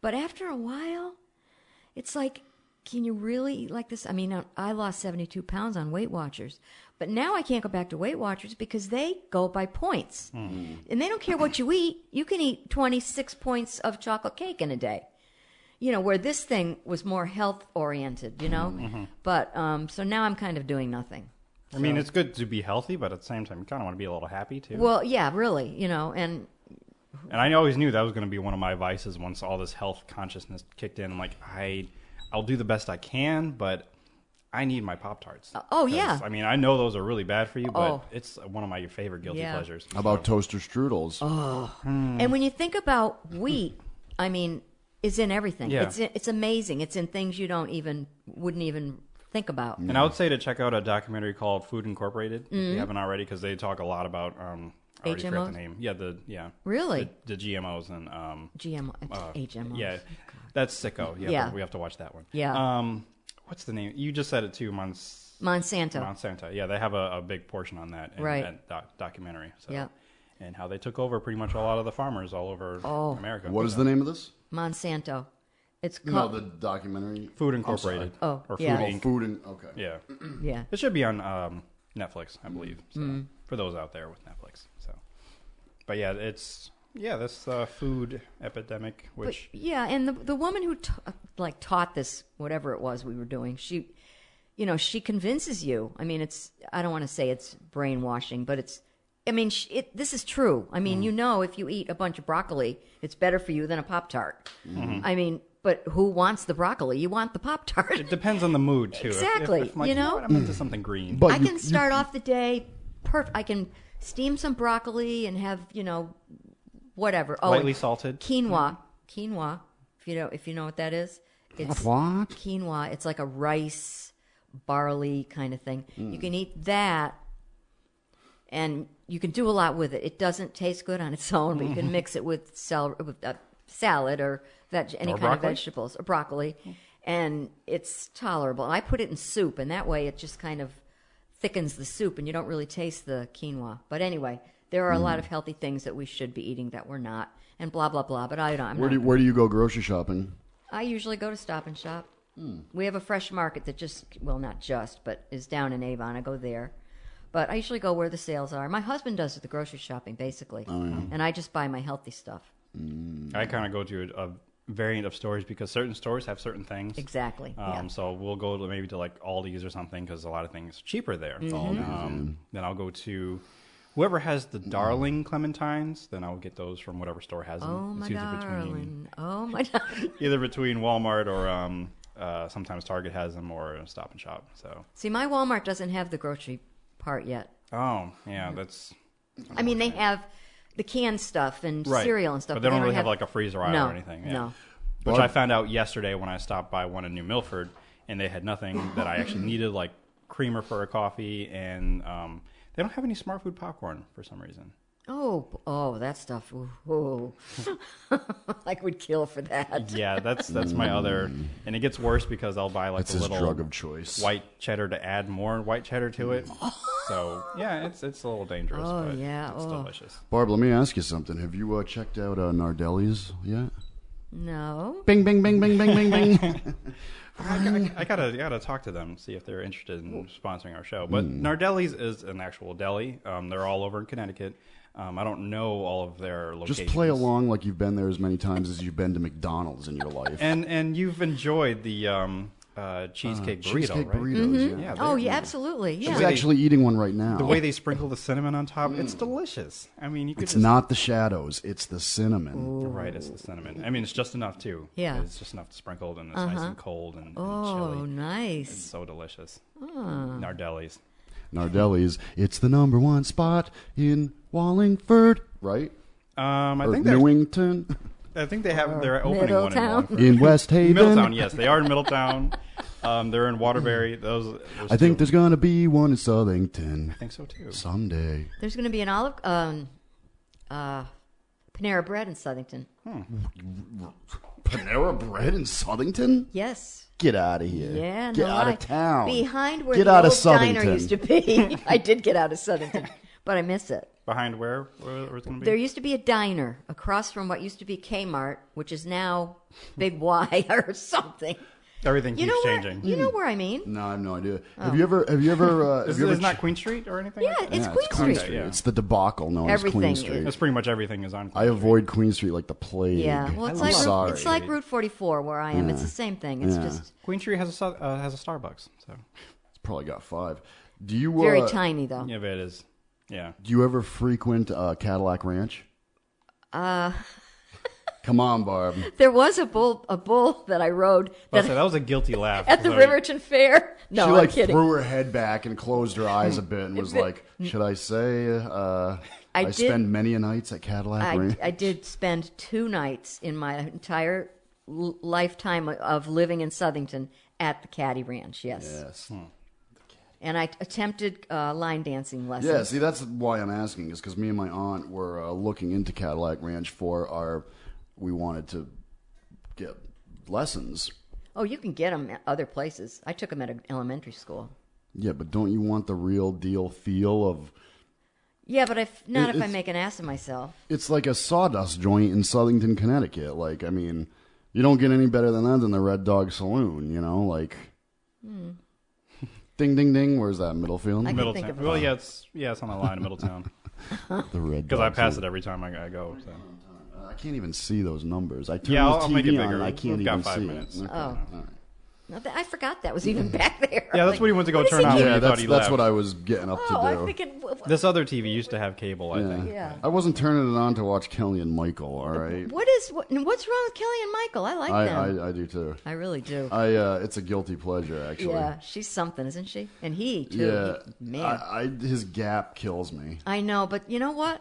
[SPEAKER 9] But after a while, it's like, can you really eat like this? I mean, I- I lost 72 pounds on Weight Watchers, but now I can't go back to Weight Watchers because they go by points. And they don't care what you eat. You can eat 26 points of chocolate cake in a day you know, where this thing was more health oriented, you know?
[SPEAKER 10] Mm-hmm.
[SPEAKER 9] But um, so now I'm kind of doing nothing.
[SPEAKER 10] I mean, it's good to be healthy, but at the same time, you kind of want to be a little happy too.
[SPEAKER 9] Well, yeah, really, you know, and
[SPEAKER 10] and I always knew that was going to be one of my vices once all this health consciousness kicked in. I'm like, I, I'll do the best I can, but I need my Pop Tarts.
[SPEAKER 9] oh, yeah.
[SPEAKER 10] I mean, I know those are really bad for you, but
[SPEAKER 9] Oh.
[SPEAKER 10] it's one of my favorite guilty
[SPEAKER 9] Yeah.
[SPEAKER 10] pleasures.
[SPEAKER 3] How about toaster strudels?
[SPEAKER 10] Mm.
[SPEAKER 9] and when you think about wheat, I mean, is in everything.
[SPEAKER 10] Yeah.
[SPEAKER 9] It's it's amazing. It's in things you don't even wouldn't even think about.
[SPEAKER 10] And I would say to check out a documentary called Food Incorporated
[SPEAKER 9] Mm-hmm.
[SPEAKER 10] if you haven't already, because they talk a lot about um. I already forgot
[SPEAKER 9] HMOs?
[SPEAKER 10] the name. Yeah, the yeah.
[SPEAKER 9] Really?
[SPEAKER 10] The, the GMOs and um.
[SPEAKER 9] GM HMO.
[SPEAKER 10] Yeah, that's sicko. Yeah,
[SPEAKER 9] Yeah.
[SPEAKER 10] but we have to watch that one.
[SPEAKER 9] Yeah.
[SPEAKER 10] Um, what's the name? You just said it too, Mons-
[SPEAKER 9] Monsanto.
[SPEAKER 10] Monsanto. Yeah, they have a, a big portion on that in
[SPEAKER 9] Right.
[SPEAKER 10] that doc- documentary. So.
[SPEAKER 9] Yeah.
[SPEAKER 10] And how they took over pretty much a lot of the farmers all over
[SPEAKER 9] Oh.
[SPEAKER 10] America.
[SPEAKER 3] What is the name of this?
[SPEAKER 9] Monsanto. It's
[SPEAKER 3] No,
[SPEAKER 9] called
[SPEAKER 3] the documentary.
[SPEAKER 10] Food Incorporated?
[SPEAKER 9] Oh,
[SPEAKER 10] or
[SPEAKER 9] yeah.
[SPEAKER 10] Food
[SPEAKER 3] Oh,
[SPEAKER 10] Inc.
[SPEAKER 3] food and okay.
[SPEAKER 10] Yeah,
[SPEAKER 9] yeah.
[SPEAKER 10] it should be on um, Netflix, I believe. So
[SPEAKER 9] Mm-hmm.
[SPEAKER 10] for those out there with Netflix, so. But yeah, it's yeah this uh, food epidemic,
[SPEAKER 9] But,
[SPEAKER 10] which
[SPEAKER 9] yeah, and the the woman who ta like taught this whatever it was we were doing, she, you know, she convinces you. I mean, it's I don't want to say it's brainwashing, but it's. I mean, sh it, this is true. I mean, you
[SPEAKER 3] Mm-hmm.
[SPEAKER 9] know, if you eat a bunch of broccoli, it's better for you than a pop tart.
[SPEAKER 3] Mm-hmm.
[SPEAKER 9] I mean, but who wants the broccoli? You want the pop tart.
[SPEAKER 10] it depends on the mood too. If- if-
[SPEAKER 9] Exactly,
[SPEAKER 10] if I'm like,
[SPEAKER 9] you know?
[SPEAKER 10] what, I'm into something green.
[SPEAKER 3] But
[SPEAKER 9] I
[SPEAKER 3] you-
[SPEAKER 9] can start off the day perfect. I can steam some broccoli and have you know, whatever. Oh,
[SPEAKER 10] lightly
[SPEAKER 9] and
[SPEAKER 10] salted.
[SPEAKER 9] quinoa. Quinoa. If you know if you know what that is, it's
[SPEAKER 3] What?
[SPEAKER 9] quinoa. It's like a rice, barley kind of thing.
[SPEAKER 3] Hmm.
[SPEAKER 9] You can eat that, and you can do a lot with it. It doesn't taste good on its own, but you can
[SPEAKER 3] Hmm.
[SPEAKER 9] mix it with, cel- with uh, salad or veg- any
[SPEAKER 10] Or
[SPEAKER 9] kind of
[SPEAKER 10] broccoli?
[SPEAKER 9] vegetables or broccoli,
[SPEAKER 3] Hmm.
[SPEAKER 9] and it's tolerable. I put it in soup, and that way it just kind of thickens the soup, and you don't really taste the quinoa. But anyway, there are a
[SPEAKER 3] Hmm.
[SPEAKER 9] lot of healthy things that we should be eating that we're not, and blah blah blah. But I don't. I'm
[SPEAKER 3] Where
[SPEAKER 9] not
[SPEAKER 3] do, where do you go grocery shopping?
[SPEAKER 9] I usually go to Stop and Shop.
[SPEAKER 10] Hmm.
[SPEAKER 9] We have a fresh market that just, well, not just, but is down in Avon. I go there. But I usually go where the sales are. My husband does the grocery shopping, basically.
[SPEAKER 10] Oh,
[SPEAKER 9] And I just buy my healthy stuff.
[SPEAKER 10] I kind of go to a, a variant of stores because certain stores have certain things.
[SPEAKER 9] Exactly.
[SPEAKER 10] Um, So we'll go to maybe to like Aldi's or something because a lot of things are cheaper there.
[SPEAKER 9] Mm-hmm.
[SPEAKER 10] Um, then I'll go to whoever has the darling clementines. Then I'll get those from whatever store has them.
[SPEAKER 9] yeah. Oh, my
[SPEAKER 10] between
[SPEAKER 9] darling. Oh, my darling.
[SPEAKER 10] either between Walmart or um, uh, sometimes Target has them or Stop and Shop. So
[SPEAKER 9] See, my Walmart doesn't have the grocery part yet.
[SPEAKER 10] oh yeah,
[SPEAKER 9] Mm-hmm.
[SPEAKER 10] that's
[SPEAKER 9] I mean, they have the canned stuff and
[SPEAKER 10] right.
[SPEAKER 9] cereal and stuff.
[SPEAKER 10] But they don't really have, like a freezer aisle
[SPEAKER 9] No,
[SPEAKER 10] or anything. Yeah.
[SPEAKER 9] no.
[SPEAKER 10] Which
[SPEAKER 3] But-
[SPEAKER 10] I found out yesterday when I stopped by one in New Milford, and they had nothing that I actually needed, like creamer for a coffee, and um, they don't have any smart food popcorn for some reason.
[SPEAKER 9] Oh, oh, that stuff. Ooh, ooh. I would kill for that.
[SPEAKER 10] Yeah, that's that's my other, and it gets worse because I'll buy like
[SPEAKER 3] It's
[SPEAKER 10] a
[SPEAKER 3] his
[SPEAKER 10] little
[SPEAKER 3] drug of choice.
[SPEAKER 10] white cheddar to add more white cheddar to it. So yeah, it's it's a little dangerous,
[SPEAKER 9] Oh,
[SPEAKER 10] but
[SPEAKER 9] yeah,
[SPEAKER 10] it's
[SPEAKER 9] oh.
[SPEAKER 10] delicious.
[SPEAKER 3] Barb, let me ask you something. Have you uh, checked out uh, Nardelli's yet?
[SPEAKER 9] No.
[SPEAKER 3] Bing, bing, bing, bing, bing, bing, bing.
[SPEAKER 10] I, I- I gotta I gotta talk to them see if they're interested in sponsoring our show. But
[SPEAKER 3] Hmm.
[SPEAKER 10] Nardelli's is an actual deli. Um, they're all over in Connecticut. Um, I don't know all of their locations.
[SPEAKER 3] Just play along like you've been there as many times as you've been to McDonald's in your life.
[SPEAKER 10] And and you've enjoyed the um, uh, cheesecake burrito,
[SPEAKER 3] Cheesecake
[SPEAKER 10] right?
[SPEAKER 3] burritos, yeah.
[SPEAKER 10] Yeah,
[SPEAKER 9] Oh,
[SPEAKER 10] they're-
[SPEAKER 9] yeah, absolutely.
[SPEAKER 3] She's
[SPEAKER 9] Yeah.
[SPEAKER 10] way they-
[SPEAKER 3] actually eating one right now.
[SPEAKER 9] Oh.
[SPEAKER 10] The way they sprinkle the cinnamon on top, it's delicious. I mean, you could
[SPEAKER 3] Mm. it's
[SPEAKER 10] just,
[SPEAKER 3] not the shadows, it's the cinnamon.
[SPEAKER 10] right. It's the cinnamon. I mean, it's just enough too.
[SPEAKER 9] Yeah.
[SPEAKER 10] it's just enough to sprinkle, and it's nice and cold and, and
[SPEAKER 9] Oh, Ah.
[SPEAKER 10] chilly.
[SPEAKER 9] nice.
[SPEAKER 10] So delicious. Nardelli's.
[SPEAKER 3] Nardelli's, it's the number one spot in Wallingford, right?
[SPEAKER 10] Um, I
[SPEAKER 3] Or
[SPEAKER 10] think they're
[SPEAKER 3] Newington?
[SPEAKER 10] I think they have they're opening one in
[SPEAKER 9] Uh, Middletown.
[SPEAKER 10] Wallingford.
[SPEAKER 3] in West Haven?
[SPEAKER 10] Middletown, yes, they are in Middletown. Um, they're in Waterbury. Those, those
[SPEAKER 3] I think
[SPEAKER 10] two.
[SPEAKER 3] there's going to be one in Southington
[SPEAKER 10] I think so too.
[SPEAKER 3] someday.
[SPEAKER 9] There's going to be an olive, um, uh, Panera Bread in Southington.
[SPEAKER 3] Panera Bread in Southington?
[SPEAKER 9] Yes.
[SPEAKER 3] Get out of here.
[SPEAKER 9] Yeah, no
[SPEAKER 3] Get out
[SPEAKER 9] lie.
[SPEAKER 3] of town.
[SPEAKER 9] Behind where
[SPEAKER 3] Get
[SPEAKER 9] the
[SPEAKER 3] out of
[SPEAKER 9] old
[SPEAKER 3] Southington.
[SPEAKER 9] diner used to be. I did get out of Southington, but I miss it.
[SPEAKER 10] Behind where? Where, where it's going to be?
[SPEAKER 9] There used to be a diner across from what used to be Kmart, which is now Big Y or something.
[SPEAKER 10] Everything
[SPEAKER 9] You know
[SPEAKER 10] keeps
[SPEAKER 9] where,
[SPEAKER 10] changing.
[SPEAKER 9] you know
[SPEAKER 3] Mm.
[SPEAKER 9] where I mean?
[SPEAKER 3] No, I have no idea.
[SPEAKER 9] Oh.
[SPEAKER 3] Have you ever? Have you ever? Uh, have
[SPEAKER 10] Is
[SPEAKER 3] you
[SPEAKER 10] it
[SPEAKER 3] ever
[SPEAKER 10] is not Queen Street or anything?
[SPEAKER 9] Yeah,
[SPEAKER 10] like that?
[SPEAKER 9] it's
[SPEAKER 3] Yeah,
[SPEAKER 9] Queen Street.
[SPEAKER 10] Yeah.
[SPEAKER 3] It's the debacle known as Queen
[SPEAKER 9] Everything
[SPEAKER 3] Street.
[SPEAKER 10] That's pretty much everything is on. Queen
[SPEAKER 3] I avoid Queen Street like the plague.
[SPEAKER 9] Yeah, well, it's
[SPEAKER 3] I'm
[SPEAKER 9] like
[SPEAKER 3] sorry.
[SPEAKER 9] Route, it's like Route 44 where I am. It's the same thing. It's just
[SPEAKER 10] Street. Queen Street has a Sou- uh, has a Starbucks. So
[SPEAKER 3] It's probably got five. Do you uh,
[SPEAKER 9] very tiny though.
[SPEAKER 10] yeah, but it is. Yeah,
[SPEAKER 3] Do you ever frequent uh, Cadillac Ranch? Uh. Come on, Barb.
[SPEAKER 9] There was a bull a bull that I rode
[SPEAKER 10] But
[SPEAKER 9] that,
[SPEAKER 10] so that was a guilty laugh.
[SPEAKER 9] at the
[SPEAKER 10] So-
[SPEAKER 9] Riverton Fair. No,
[SPEAKER 3] she
[SPEAKER 9] I'm
[SPEAKER 3] like
[SPEAKER 9] kidding.
[SPEAKER 3] threw her head back and closed her eyes a bit and was like, "Should I say uh, I,
[SPEAKER 9] did-
[SPEAKER 3] spend many a nights at Cadillac
[SPEAKER 9] I,
[SPEAKER 3] Ranch?"
[SPEAKER 9] I did spend two nights in my entire l- lifetime of living in Southington at the Caddy Ranch. Yes,
[SPEAKER 3] yes. Hmm.
[SPEAKER 9] and I attempted uh, line dancing lessons.
[SPEAKER 3] Yeah, see, that's why I'm asking is because me and my aunt were uh, looking into Cadillac Ranch for our. We wanted to get lessons.
[SPEAKER 9] Oh, you can get them at other places. I took them at an elementary school.
[SPEAKER 3] Yeah, but don't you want the real deal feel of?
[SPEAKER 9] Yeah, but if not, if I
[SPEAKER 3] it's-
[SPEAKER 9] make an ass of myself.
[SPEAKER 3] It's like a sawdust joint in Southington, Connecticut. Like, I mean, you don't get any better than that than the Red Dog Saloon. You know, like. Ding ding ding! Where's that Middlefield?
[SPEAKER 9] I can think
[SPEAKER 10] Middletown.
[SPEAKER 9] of
[SPEAKER 10] Well, yeah, it's yeah, it's on the line in Middletown
[SPEAKER 3] the Red
[SPEAKER 10] because I
[SPEAKER 3] Dog
[SPEAKER 10] pass it every time I, I go. So.
[SPEAKER 3] Saloon. Uh, I can't even see those numbers. I turn
[SPEAKER 10] Yeah, I'll,
[SPEAKER 3] this
[SPEAKER 10] I'll
[SPEAKER 3] TV
[SPEAKER 10] make it
[SPEAKER 3] on.
[SPEAKER 10] bigger.
[SPEAKER 3] and I can't
[SPEAKER 10] We've
[SPEAKER 3] even
[SPEAKER 10] got five
[SPEAKER 3] see
[SPEAKER 10] minutes.
[SPEAKER 3] it.
[SPEAKER 9] Oh. No, th- I forgot that was even back there.
[SPEAKER 10] Yeah, that's what he went to go turn
[SPEAKER 9] he
[SPEAKER 10] on.
[SPEAKER 9] doing?
[SPEAKER 3] Yeah,
[SPEAKER 10] when he thought
[SPEAKER 3] that's
[SPEAKER 10] he
[SPEAKER 3] that's
[SPEAKER 10] left.
[SPEAKER 3] what I was getting up to do.
[SPEAKER 9] Oh, I'm thinking. wh- wh-
[SPEAKER 10] This other TV used to have cable, I think.
[SPEAKER 9] Yeah.
[SPEAKER 3] I wasn't turning it on to watch Kelly and Michael. All right,
[SPEAKER 9] What is what, what's wrong with Kelly and Michael? I like
[SPEAKER 3] I,
[SPEAKER 9] them.
[SPEAKER 3] I, uh, I do too.
[SPEAKER 9] I, really do.
[SPEAKER 3] I uh, it's a guilty pleasure actually.
[SPEAKER 9] yeah, she's something, isn't she? And he too.
[SPEAKER 3] yeah.
[SPEAKER 9] He- man,
[SPEAKER 3] I, I his gap kills me.
[SPEAKER 9] I know, but you know what?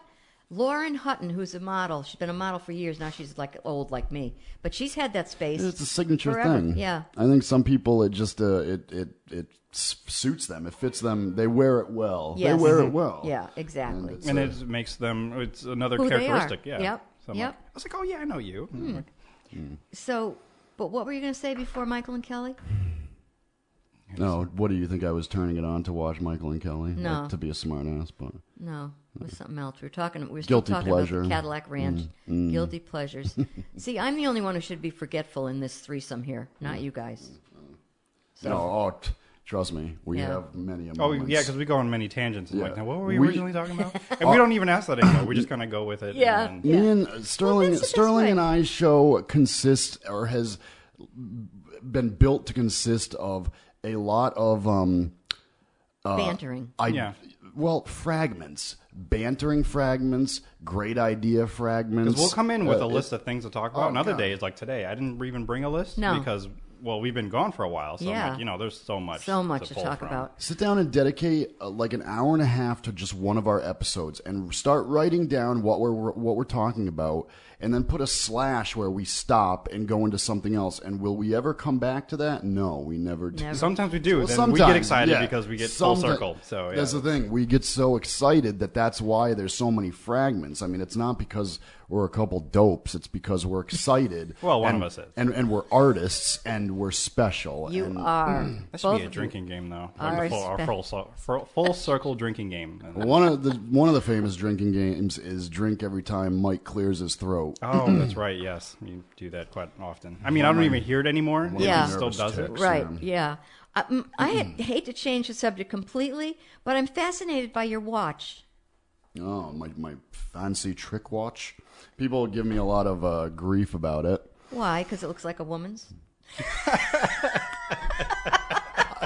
[SPEAKER 9] Lauren Hutton, who's a model, she's been a model for years. Now she's like old, like me, but she's had that space.
[SPEAKER 3] It's a signature
[SPEAKER 9] forever.
[SPEAKER 3] thing.
[SPEAKER 9] Yeah,
[SPEAKER 3] I think some people it just uh, it it it s- suits them. It fits them. They wear it well.
[SPEAKER 9] Yes. Mm-hmm.
[SPEAKER 3] They wear it well.
[SPEAKER 9] yeah, exactly.
[SPEAKER 3] it's-
[SPEAKER 10] And it makes them, it's another
[SPEAKER 9] Who they are.
[SPEAKER 10] characteristic. Yeah.
[SPEAKER 9] Yep,
[SPEAKER 10] So I'm
[SPEAKER 9] yep.
[SPEAKER 10] Like,
[SPEAKER 9] Hmm.
[SPEAKER 10] I was like, oh, yeah, I know you.
[SPEAKER 9] So, but what were you going to say before Michael and Kelly?
[SPEAKER 3] No, what do you think? I was turning it on to watch Michael and Kelly.
[SPEAKER 9] No.
[SPEAKER 3] Like, to be a smartass, but
[SPEAKER 9] No, it was something else. We were talking. We were
[SPEAKER 3] Guilty
[SPEAKER 9] still talking
[SPEAKER 3] pleasure. Mm,
[SPEAKER 9] about the Cadillac Ranch. Guilty pleasures. See, I'm the only one who should be forgetful in this threesome here, not you guys.
[SPEAKER 3] no. Oh, t- trust me, we
[SPEAKER 9] Yeah.
[SPEAKER 3] have many. A
[SPEAKER 10] Oh,
[SPEAKER 3] moments.
[SPEAKER 10] yeah, because we go on many tangents. I'm
[SPEAKER 3] Yeah.
[SPEAKER 10] like, now, what were we,
[SPEAKER 3] We-
[SPEAKER 10] originally talking about? And we don't even ask that anymore. We just kind of go with it.
[SPEAKER 9] Yeah.
[SPEAKER 10] And then-
[SPEAKER 3] Me and Sterling,
[SPEAKER 9] that's the best
[SPEAKER 3] Sterling
[SPEAKER 9] way.
[SPEAKER 3] and I show consists or has been built to consist of a lot of um,
[SPEAKER 9] Bantering.
[SPEAKER 3] I
[SPEAKER 10] Yeah.
[SPEAKER 3] well fragments, bantering fragments, great idea fragments.
[SPEAKER 10] 'Cause we'll come in with
[SPEAKER 3] Uh,
[SPEAKER 10] a list of things to talk about.
[SPEAKER 3] Oh,
[SPEAKER 10] and other
[SPEAKER 3] God.
[SPEAKER 10] days, like today, I didn't even bring a list
[SPEAKER 9] No.
[SPEAKER 10] because, well, we've been gone for a while. So, I'm
[SPEAKER 9] Yeah.
[SPEAKER 10] like, you know, there's so much.
[SPEAKER 9] so much to
[SPEAKER 10] pull
[SPEAKER 9] talk
[SPEAKER 10] from.
[SPEAKER 9] about.
[SPEAKER 3] Sit down and dedicate uh, like an hour and a half to just one of our episodes, and start writing down what we're what we're talking about, and then put a slash where we stop and go into something else. And will we ever come back to that? No, we never do.
[SPEAKER 9] Never.
[SPEAKER 10] Sometimes we do.
[SPEAKER 3] Well,
[SPEAKER 10] then we get
[SPEAKER 3] sometimes,
[SPEAKER 10] excited
[SPEAKER 3] yeah.
[SPEAKER 10] because we get full
[SPEAKER 3] Sometimes-
[SPEAKER 10] circle. So, yeah.
[SPEAKER 3] that's the thing. We get so excited that that's why there's so many fragments. I mean, it's not because we're a couple dopes. It's because we're excited.
[SPEAKER 10] Well, one
[SPEAKER 3] and-
[SPEAKER 10] of us is.
[SPEAKER 3] And, and we're artists and we're special.
[SPEAKER 9] You
[SPEAKER 3] and-
[SPEAKER 9] are.
[SPEAKER 10] That should
[SPEAKER 9] Both
[SPEAKER 10] be a
[SPEAKER 9] of you
[SPEAKER 10] drinking game, though.
[SPEAKER 9] are
[SPEAKER 10] Like the full, our
[SPEAKER 9] spe-
[SPEAKER 10] full, so- full, full circle drinking game. And-
[SPEAKER 3] One of the one of the famous drinking games is drink every time Mike clears his throat.
[SPEAKER 10] Oh, that's right. Yes, you do that quite often. I mean, I don't even hear it anymore.
[SPEAKER 9] of Yeah.
[SPEAKER 10] it
[SPEAKER 9] my
[SPEAKER 10] still
[SPEAKER 3] nervous
[SPEAKER 10] does it.
[SPEAKER 3] tics.
[SPEAKER 9] Right.
[SPEAKER 3] Sam.
[SPEAKER 9] Yeah. I, mm, I had- hate to change the subject completely, but I'm fascinated by your watch.
[SPEAKER 3] Oh, my my fancy trick watch. People give me a lot of uh, grief about it.
[SPEAKER 9] Why? Because it looks like a woman's.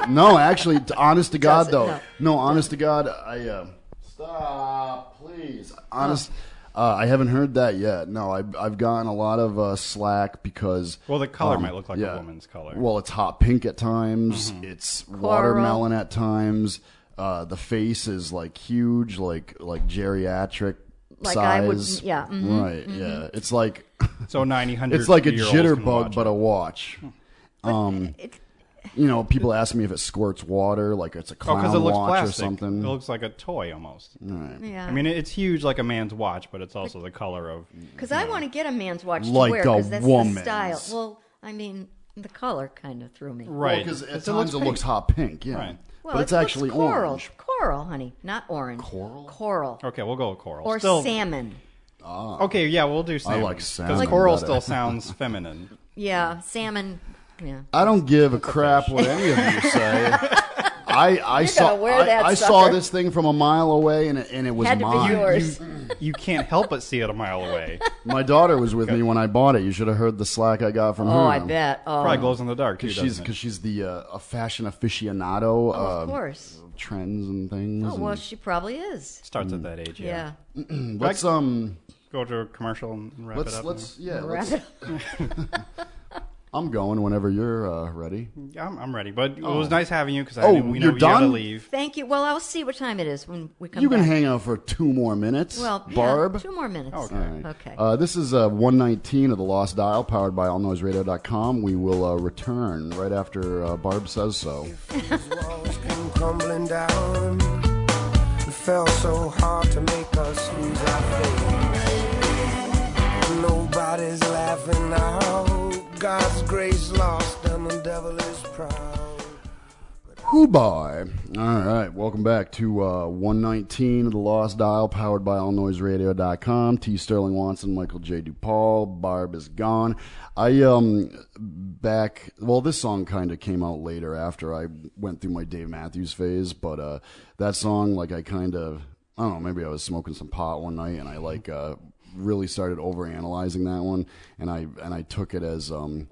[SPEAKER 3] No, actually, t- honest to God,
[SPEAKER 9] Doesn't,
[SPEAKER 3] though.
[SPEAKER 9] no.
[SPEAKER 3] No, honest to God, I uh, stop, please. Honest, uh, I haven't heard that yet. No, I, I've gotten a lot of uh, slack because.
[SPEAKER 10] Well, the color
[SPEAKER 3] um,
[SPEAKER 10] might look like
[SPEAKER 3] yeah.
[SPEAKER 10] a woman's color. Mm-hmm.
[SPEAKER 3] Well, it's hot pink at times. It's watermelon at times. Uh, the face is like huge, like like geriatric
[SPEAKER 9] Like I would-
[SPEAKER 3] size.
[SPEAKER 9] yeah, mm-hmm,
[SPEAKER 3] right. Yeah, it's like
[SPEAKER 10] so 90, 100
[SPEAKER 3] it's like a
[SPEAKER 10] year olds can
[SPEAKER 3] jitterbug,
[SPEAKER 10] watch
[SPEAKER 3] but
[SPEAKER 10] it. Oh,
[SPEAKER 3] a watch.
[SPEAKER 9] It,
[SPEAKER 3] You know, people ask me if it squirts water, like it's a
[SPEAKER 10] Oh,
[SPEAKER 3] clown
[SPEAKER 10] because it looks
[SPEAKER 3] watch
[SPEAKER 10] plastic.
[SPEAKER 3] or something.
[SPEAKER 10] It looks like a toy almost.
[SPEAKER 9] yeah.
[SPEAKER 10] I mean, it's huge like a man's watch, but it's also the color of.
[SPEAKER 9] because I want to get a man's watch
[SPEAKER 3] Like
[SPEAKER 9] to wear
[SPEAKER 3] a
[SPEAKER 9] because that's
[SPEAKER 3] woman's.
[SPEAKER 9] the style. Well, I mean, the color kind of threw me.
[SPEAKER 10] Right.
[SPEAKER 3] Because at
[SPEAKER 10] It's-
[SPEAKER 3] times it looks, hot pink, yeah.
[SPEAKER 10] Right.
[SPEAKER 9] Well,
[SPEAKER 3] but
[SPEAKER 9] it
[SPEAKER 3] it's
[SPEAKER 9] looks
[SPEAKER 3] actually
[SPEAKER 9] coral.
[SPEAKER 3] orange.
[SPEAKER 9] Coral, honey, not orange. Coral. Coral.
[SPEAKER 10] Okay, we'll go with coral.
[SPEAKER 9] Or
[SPEAKER 10] Oh, Still-
[SPEAKER 9] salmon.
[SPEAKER 10] Okay, yeah, we'll do salmon.
[SPEAKER 3] like salmon
[SPEAKER 10] Because coral
[SPEAKER 3] better.
[SPEAKER 10] still sounds feminine.
[SPEAKER 9] Yeah, salmon. Yeah.
[SPEAKER 3] I don't give a crap what any of you say. I, I saw
[SPEAKER 9] gonna wear
[SPEAKER 3] I,
[SPEAKER 9] that
[SPEAKER 3] I saw
[SPEAKER 9] sucker.
[SPEAKER 3] this thing from a mile away and it, and it was
[SPEAKER 9] Had to be
[SPEAKER 3] mine.
[SPEAKER 9] yours.
[SPEAKER 10] You can't help but see it a mile away.
[SPEAKER 3] My daughter was with me when I bought it. You should have heard the slack I got from her.
[SPEAKER 9] Oh, I bet. Oh,
[SPEAKER 10] Probably glows in the dark too.
[SPEAKER 3] She's
[SPEAKER 10] doesn't it?
[SPEAKER 3] because she's the uh, a fashion aficionado
[SPEAKER 9] Oh, of
[SPEAKER 3] uh,
[SPEAKER 9] course.
[SPEAKER 3] trends and things.
[SPEAKER 9] Oh, well,
[SPEAKER 3] and-
[SPEAKER 9] she probably is.
[SPEAKER 10] starts at that age. Yeah.
[SPEAKER 9] Yeah.
[SPEAKER 3] let's um
[SPEAKER 10] Go to a commercial and wrap it
[SPEAKER 3] let's
[SPEAKER 10] up.
[SPEAKER 3] let's yeah
[SPEAKER 9] Wrap
[SPEAKER 3] let's,
[SPEAKER 9] it up.
[SPEAKER 3] I'm going whenever you're uh, ready.
[SPEAKER 10] Yeah, I'm, I'm ready, but it was nice having you because I
[SPEAKER 3] Oh,
[SPEAKER 10] knew- we know
[SPEAKER 3] you're
[SPEAKER 10] you gotta
[SPEAKER 3] done?
[SPEAKER 10] leave.
[SPEAKER 9] Thank you. Well, I'll see what time it is when we come
[SPEAKER 3] You can
[SPEAKER 9] back.
[SPEAKER 3] hang out for two more minutes.
[SPEAKER 9] Well, yeah,
[SPEAKER 3] Barb.
[SPEAKER 9] two more minutes.
[SPEAKER 10] Okay.
[SPEAKER 3] All right.
[SPEAKER 9] Okay.
[SPEAKER 3] Uh, this is uh, 119 of The Lost Dial, powered by allnoiseradio.com. We will uh, return right after uh, Barb says so.
[SPEAKER 8] walls came crumbling down. It fell so hard to make us lose our faith. Nobody's laughing now. God's grace lost and the devil is proud.
[SPEAKER 3] Hoobar. All right. Welcome back to uh, 119 of The Lost Dial, powered by allnoiseradio.com. T. Sterling Watson, Michael J. DuPaul. Barb is gone. I, um, back, well, this song kind of came out later after I went through my Dave Matthews phase, but uh, that song, like, I kind of, I don't know, maybe I was smoking some pot one night and I, like, uh, really started overanalyzing that one and I, and I took it as, um,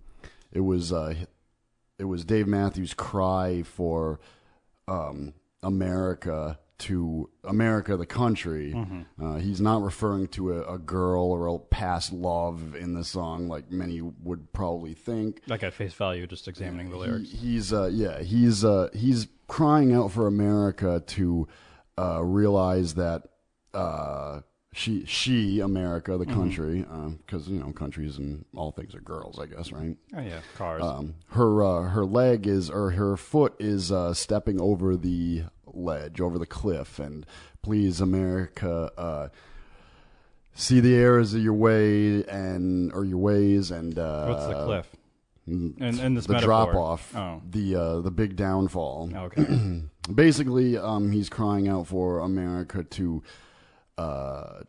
[SPEAKER 3] it was, uh, it was Dave Matthews' cry for um, America to America, the country.
[SPEAKER 10] Mm-hmm.
[SPEAKER 3] Uh, he's not referring to a, a girl or a past love in the song, like many would probably think.
[SPEAKER 10] Like at face value, just examining the
[SPEAKER 3] He-
[SPEAKER 10] lyrics.
[SPEAKER 3] he's uh, yeah, he's uh, he's crying out for America to uh, realize that uh, she she America,
[SPEAKER 10] Mm-hmm.
[SPEAKER 3] the country, because you know countries and all things are girls, I guess, right?
[SPEAKER 10] Oh yeah, cars.
[SPEAKER 3] um, her uh, her leg is or her foot is uh, stepping over the ledge, over the cliff, and please, America, uh, see the errors of your way and or your ways and uh, mm,
[SPEAKER 10] What's the cliff? And, and this
[SPEAKER 3] the
[SPEAKER 10] metaphor.
[SPEAKER 3] drop off,
[SPEAKER 10] Oh,
[SPEAKER 3] the uh, the big downfall.
[SPEAKER 10] okay.
[SPEAKER 3] Basically, um, he's crying out for America to uh,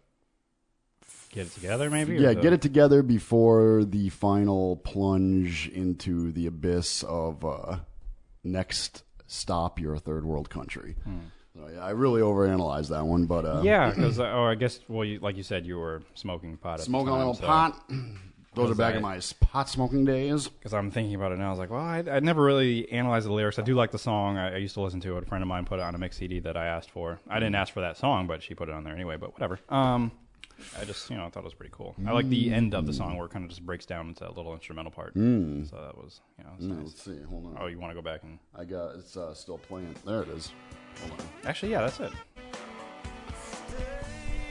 [SPEAKER 10] get it together, maybe. or
[SPEAKER 3] yeah,
[SPEAKER 10] the-
[SPEAKER 3] get it together before the final plunge into the abyss of uh, next stop. You're a third world country.
[SPEAKER 10] Hmm.
[SPEAKER 3] So, yeah, I really overanalyzed that one, but uh,
[SPEAKER 10] Yeah, because oh, I guess well, you, like you said, you were smoking pot. At
[SPEAKER 3] smoking
[SPEAKER 10] the
[SPEAKER 3] a
[SPEAKER 10] time,
[SPEAKER 3] little
[SPEAKER 10] so-
[SPEAKER 3] pot. Those are back
[SPEAKER 10] I-
[SPEAKER 3] in my pot smoking days.
[SPEAKER 10] Because I'm thinking about it now. I was like, well, I, I never really analyzed the lyrics. I do like the song. I, I used to listen to it. A friend of mine put it on a mix CD that I asked for. I
[SPEAKER 3] Mm.
[SPEAKER 10] didn't ask for that song, but she put it on there anyway. But whatever. Um, I just you know I thought it was pretty cool. I like
[SPEAKER 3] Mm.
[SPEAKER 10] the end of the song where it kind of just breaks down into that little instrumental part.
[SPEAKER 3] Mm.
[SPEAKER 10] So that was you know it's nice.
[SPEAKER 3] Let's see. Hold on.
[SPEAKER 10] Oh, you want to go back and
[SPEAKER 3] I got it's uh, still playing. There it is. Hold on.
[SPEAKER 10] actually yeah, that's it.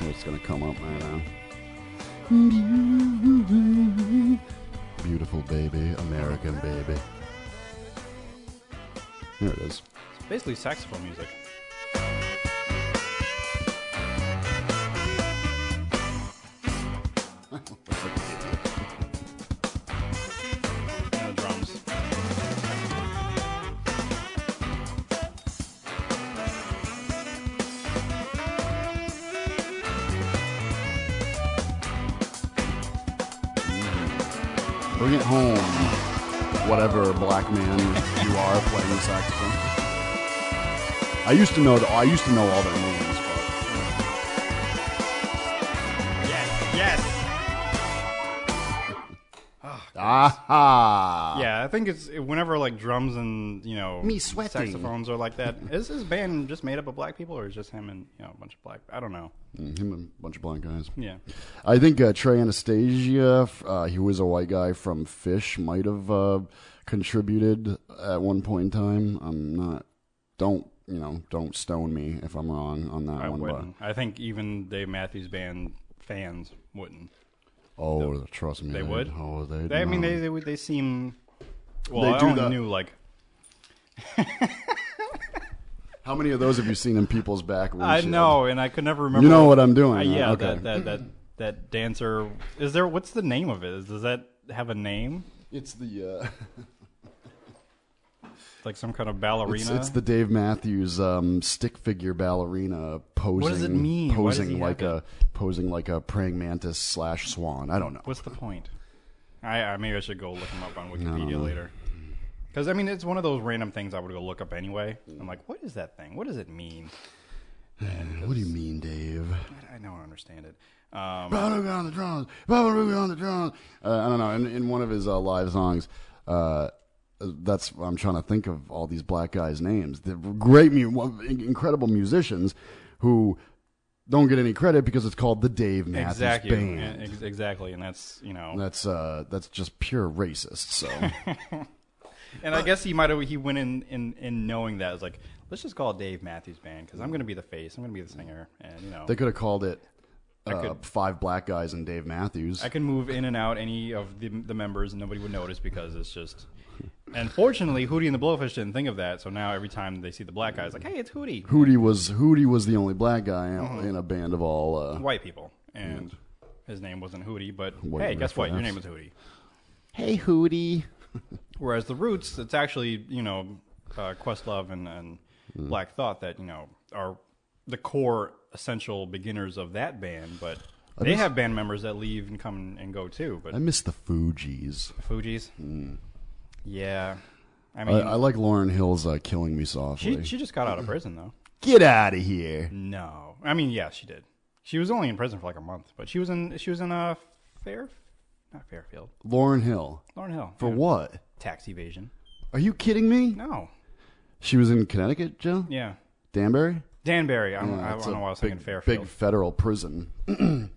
[SPEAKER 3] It's gonna come up right now. Beautiful baby, American baby. There it is.
[SPEAKER 10] It's basically saxophone music.
[SPEAKER 3] Bring it home, whatever black man you are playing the saxophone. I used to know. The, I used to know all their movies,
[SPEAKER 10] Yes, yes.
[SPEAKER 3] but aha,
[SPEAKER 10] Yeah, I think it's whenever like drums and you know
[SPEAKER 3] Me sweating.
[SPEAKER 10] saxophones are like that. is his band just made up of black people, or is just him and you know a bunch of black? I don't know.
[SPEAKER 3] Mm, him and a bunch of blind guys.
[SPEAKER 10] Yeah,
[SPEAKER 3] I think uh, Trey Anastasia, f- uh, he was a white guy from Fish, might have uh, contributed at one point in time. I'm not. Don't you know? Don't stone me if I'm wrong on that
[SPEAKER 10] I
[SPEAKER 3] one. but-
[SPEAKER 10] wouldn't. I think even the Matthews Band fans wouldn't.
[SPEAKER 3] oh, trust me,
[SPEAKER 10] They would.
[SPEAKER 3] Oh, they.
[SPEAKER 10] They, I mean, they, they would- they seem. Well,
[SPEAKER 3] They
[SPEAKER 10] I
[SPEAKER 3] do
[SPEAKER 10] only
[SPEAKER 3] the-
[SPEAKER 10] knew like
[SPEAKER 3] How many of those have you seen in people's back?
[SPEAKER 10] I
[SPEAKER 3] windshield?
[SPEAKER 10] know, and I could never remember.
[SPEAKER 3] Oh, You know what I'm doing,
[SPEAKER 10] Uh,
[SPEAKER 3] huh?
[SPEAKER 10] yeah,
[SPEAKER 3] Okay.
[SPEAKER 10] that, that that that dancer. Is there? What's the name of it? Is- Does that have a name?
[SPEAKER 3] It's the. Uh,
[SPEAKER 10] Like some kind of ballerina?
[SPEAKER 3] It's, it's the Dave Matthews um, stick figure ballerina posing.
[SPEAKER 10] does it mean? Why does
[SPEAKER 3] Posing
[SPEAKER 10] he have
[SPEAKER 3] like a
[SPEAKER 10] it?
[SPEAKER 3] posing like a praying mantis slash swan. I don't know.
[SPEAKER 10] What's the point? I, I maybe I should go look them up on Wikipedia later. Because I mean, it's one of those random things I would go look up anyway. I'm like, what is that thing? What does it mean?
[SPEAKER 3] What do you mean, Dave?
[SPEAKER 10] I don't understand it. Um,
[SPEAKER 3] Baba on the drums. Baba on the drums. Uh, I don't know. In, in one of his uh, live songs, uh, that's I'm trying to think of all these black guys' names. They're great, mu- incredible musicians who don't get any credit because it's called the Dave Matthews
[SPEAKER 10] exactly.
[SPEAKER 3] Band.
[SPEAKER 10] yeah, ex- exactly, and that's you know.
[SPEAKER 3] That's uh, that's just pure racist. So
[SPEAKER 10] And I guess he might have he went in in in knowing that it was like let's just call it Dave Matthews Band because I'm gonna be the face, I'm gonna be the singer, and you know
[SPEAKER 3] they could have called it uh,
[SPEAKER 10] could-
[SPEAKER 3] five black guys and Dave Matthews.
[SPEAKER 10] I can move in and out any of the the members and nobody would notice because it's just. Unfortunately, Hootie and the Blowfish didn't think of that, so now every time they see the black guy, it's like, hey, it's Hootie,
[SPEAKER 3] Hootie was Hootie was the only black guy
[SPEAKER 10] Mm-hmm.
[SPEAKER 3] in- in a band of all. Uh,
[SPEAKER 10] white people, and his name wasn't Hootie, but
[SPEAKER 3] White
[SPEAKER 10] hey, guess what? Your
[SPEAKER 3] reference.
[SPEAKER 10] name is Hootie.
[SPEAKER 3] hey Hootie.
[SPEAKER 10] Whereas the Roots, it's actually you know uh, Questlove and, and
[SPEAKER 3] Mm.
[SPEAKER 10] Black Thought that you know are the core essential beginners of that band, but they have band members that leave and come and go too. But
[SPEAKER 3] I miss the Fugees.
[SPEAKER 10] Fugees, yeah, I
[SPEAKER 3] I,
[SPEAKER 10] mean,
[SPEAKER 3] I like Lauren Hill's uh, "Killing Me Softly."
[SPEAKER 10] she she just got out of prison though.
[SPEAKER 3] Get out of here.
[SPEAKER 10] No, I mean, yeah, she did. She was only in prison for like a month, but she was in she was in a fair, not Fairfield,
[SPEAKER 3] Lauren Hill
[SPEAKER 10] Lauren Hill
[SPEAKER 3] for
[SPEAKER 10] yeah.
[SPEAKER 3] what?
[SPEAKER 10] tax evasion.
[SPEAKER 3] Are you kidding me?
[SPEAKER 10] No,
[SPEAKER 3] She was in Connecticut, Joe.
[SPEAKER 10] yeah,
[SPEAKER 3] Danbury.
[SPEAKER 10] Danbury. I don't, I
[SPEAKER 3] That's
[SPEAKER 10] don't
[SPEAKER 3] a
[SPEAKER 10] know why I was
[SPEAKER 3] big,
[SPEAKER 10] thinking Fairfield.
[SPEAKER 3] big federal prison.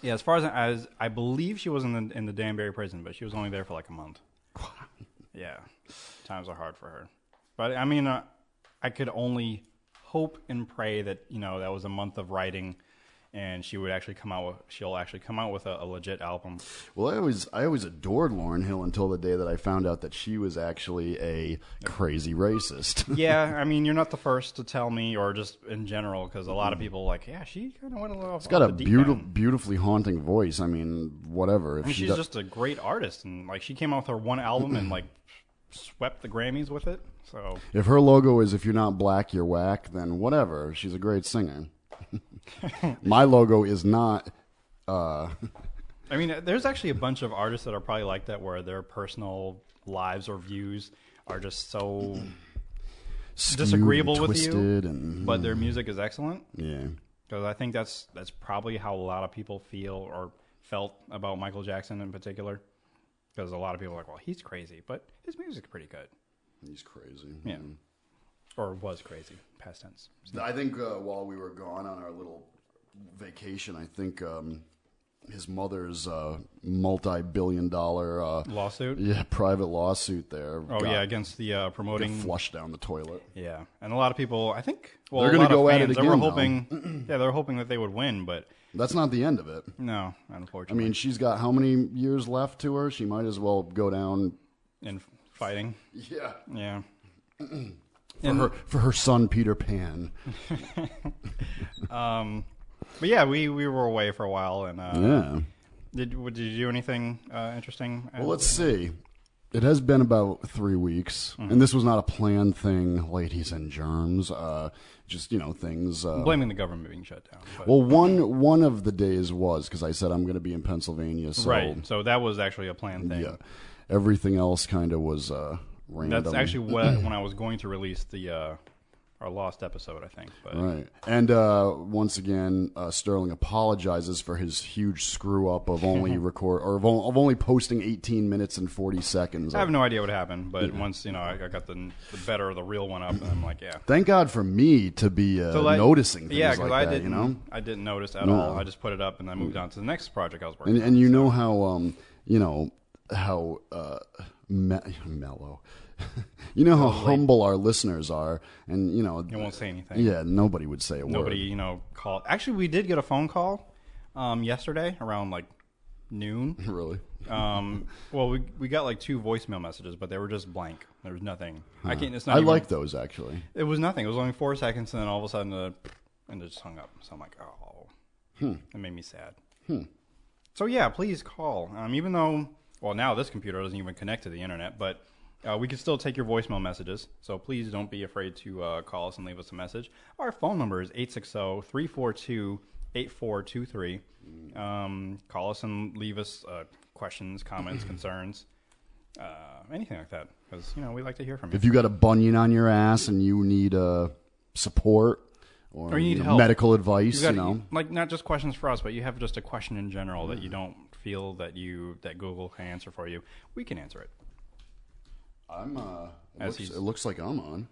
[SPEAKER 10] Yeah, as far as I, as I believe she was in the in the Danbury prison, but she was only there for like a month. yeah, times are hard for her. But I mean, uh, I could only hope and pray that you know that was a month of writing, and she would actually come out. With, she'll actually come out with a, a legit album.
[SPEAKER 3] Well, I always I always adored Lauren Hill until the day that I found out that she was actually a crazy racist.
[SPEAKER 10] Yeah, I mean, you're not the first to tell me, or just in general, because a lot of people are like, yeah, she kind of went a little. It's
[SPEAKER 3] Mm-hmm. She's got a beautiful, beautifully haunting voice. I mean, whatever. If
[SPEAKER 10] I mean,
[SPEAKER 3] she
[SPEAKER 10] she's
[SPEAKER 3] does-
[SPEAKER 10] just a great artist, and like she came out with her one album and like swept the Grammys with it. So
[SPEAKER 3] if her logo is if you're not black, you're whack, then whatever. She's a great singer. My logo is not. Uh,
[SPEAKER 10] I mean, there's actually a bunch of artists that are probably like that, where their personal lives or views are just so
[SPEAKER 3] skewed and
[SPEAKER 10] disagreeable with you,
[SPEAKER 3] twisted and
[SPEAKER 10] but their music is excellent.
[SPEAKER 3] yeah.
[SPEAKER 10] Because I think that's that's probably how a lot of people feel or felt about Michael Jackson in particular. Because a lot of people are like, well, he's crazy, but his music's pretty good.
[SPEAKER 3] He's crazy.
[SPEAKER 10] Yeah. Mm. Or was crazy, past tense.
[SPEAKER 3] I think uh, while we were gone on our little vacation, I think um, his mother's uh, multi-billion-dollar uh,
[SPEAKER 10] Lawsuit?
[SPEAKER 3] yeah, private lawsuit there.
[SPEAKER 10] Oh, yeah, against the uh, promoting.
[SPEAKER 3] flushed down the toilet.
[SPEAKER 10] Yeah, and a lot of people, I think, well,
[SPEAKER 3] They're
[SPEAKER 10] a
[SPEAKER 3] gonna
[SPEAKER 10] lot of
[SPEAKER 3] go at it
[SPEAKER 10] fans, They were
[SPEAKER 3] again, though.
[SPEAKER 10] hoping, yeah, they were hoping that they would win, but
[SPEAKER 3] That's not the end of it.
[SPEAKER 10] no,
[SPEAKER 3] I
[SPEAKER 10] unfortunately.
[SPEAKER 3] mean, she's got how many years left to her? She might as well go down.
[SPEAKER 10] in fighting,
[SPEAKER 3] Yeah,
[SPEAKER 10] yeah.
[SPEAKER 3] for her for her son Peter Pan.
[SPEAKER 10] But yeah, we, we were away for a while, and uh,
[SPEAKER 3] Yeah.
[SPEAKER 10] did did you do anything uh, interesting?
[SPEAKER 3] Well, let's see. It has been about three weeks,
[SPEAKER 10] Mm-hmm.
[SPEAKER 3] and this was not a planned thing, ladies and germs. Uh, just you know, things. Uh,
[SPEAKER 10] blaming the government being shut down. But,
[SPEAKER 3] Well, one one of the days was because I said I'm going to be in Pennsylvania, so
[SPEAKER 10] right, so that was actually a planned thing.
[SPEAKER 3] yeah. Everything else kind of was uh, random.
[SPEAKER 10] That's actually what when I was going to release the uh, our lost episode, I think. But
[SPEAKER 3] Right. And uh, once again, uh, Sterling apologizes for his huge screw up of only record or of, on- of only posting 18 minutes and 40 seconds.
[SPEAKER 10] I have no idea what happened. But once you know, I, I got the the better of the real one up, and I'm like, yeah.
[SPEAKER 3] Thank God for me to be uh,
[SPEAKER 10] So, like-
[SPEAKER 3] noticing things
[SPEAKER 10] yeah,
[SPEAKER 3] like
[SPEAKER 10] I
[SPEAKER 3] that,
[SPEAKER 10] didn't,
[SPEAKER 3] you know?
[SPEAKER 10] I didn't notice at
[SPEAKER 3] No.
[SPEAKER 10] all. I just put it up and I moved on to the next project I was working.
[SPEAKER 3] And, and you know how, um, you know, how uh, me- mellow. you know how humble our listeners are. And, you know. They
[SPEAKER 10] won't say anything.
[SPEAKER 3] Yeah, nobody would say a
[SPEAKER 10] Nobody,
[SPEAKER 3] word.
[SPEAKER 10] you know, called. Actually, we did get a phone call um, yesterday around like noon.
[SPEAKER 3] Really?
[SPEAKER 10] Um, well, we we got like two voicemail messages, but they were just blank. There was nothing. I can't. It's not.
[SPEAKER 3] I
[SPEAKER 10] even-
[SPEAKER 3] like those, actually.
[SPEAKER 10] It was nothing. It was only four seconds, and then all of a sudden, uh, and it just hung up. So I'm like, oh, it made me sad.
[SPEAKER 3] Hmm.
[SPEAKER 10] So yeah, please call. Um, even though, well, now this computer doesn't even connect to the internet, but uh, we can still take your voicemail messages. So please don't be afraid to uh, call us and leave us a message. Our phone number is 860-342-8423. Um, call us and leave us uh, questions, comments, concerns, uh, anything like that, because you know we like to hear from you.
[SPEAKER 3] If you got a bunion on your ass and you need uh, support or,
[SPEAKER 10] or you need
[SPEAKER 3] know,
[SPEAKER 10] help.
[SPEAKER 3] medical advice, you,
[SPEAKER 10] gotta-
[SPEAKER 3] know, Mm-hmm.
[SPEAKER 10] like not just questions for us, but you have just a question in general that you don't feel that you that Google can answer for you. We can answer it.
[SPEAKER 3] I'm. Uh, it
[SPEAKER 10] As
[SPEAKER 3] looks,
[SPEAKER 10] he's-
[SPEAKER 3] it looks like I'm on.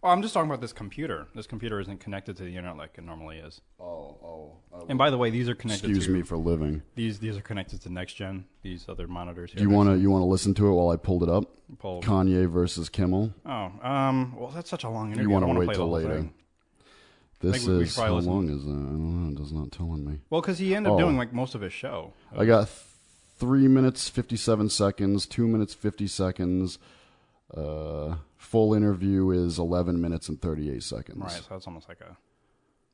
[SPEAKER 10] Oh, I'm just talking about this computer. This computer isn't connected to the internet like it normally is.
[SPEAKER 3] Oh, oh.
[SPEAKER 10] and by the way, these are connected.
[SPEAKER 3] Excuse
[SPEAKER 10] to,
[SPEAKER 3] me for living.
[SPEAKER 10] These these are connected to next gen. These other monitors. Here
[SPEAKER 3] Do you want to you want to listen to it while I pulled it up?
[SPEAKER 10] Pull.
[SPEAKER 3] Kanye versus Kimmel.
[SPEAKER 10] Oh, um. Well, that's such a long interview.
[SPEAKER 3] you
[SPEAKER 10] want to
[SPEAKER 3] wait
[SPEAKER 10] play
[SPEAKER 3] till
[SPEAKER 10] the whole
[SPEAKER 3] later.
[SPEAKER 10] Thing.
[SPEAKER 3] This
[SPEAKER 10] we- we
[SPEAKER 3] is
[SPEAKER 10] should probably
[SPEAKER 3] how
[SPEAKER 10] listen.
[SPEAKER 3] long is that? I don't know. It does not telling me.
[SPEAKER 10] Well, because he ended up
[SPEAKER 3] Oh.
[SPEAKER 10] doing like most of his show.
[SPEAKER 3] I got th- three minutes fifty-seven seconds. Two minutes fifty seconds. Uh, full interview is eleven minutes and thirty-eight seconds.
[SPEAKER 10] Right, so that's almost like a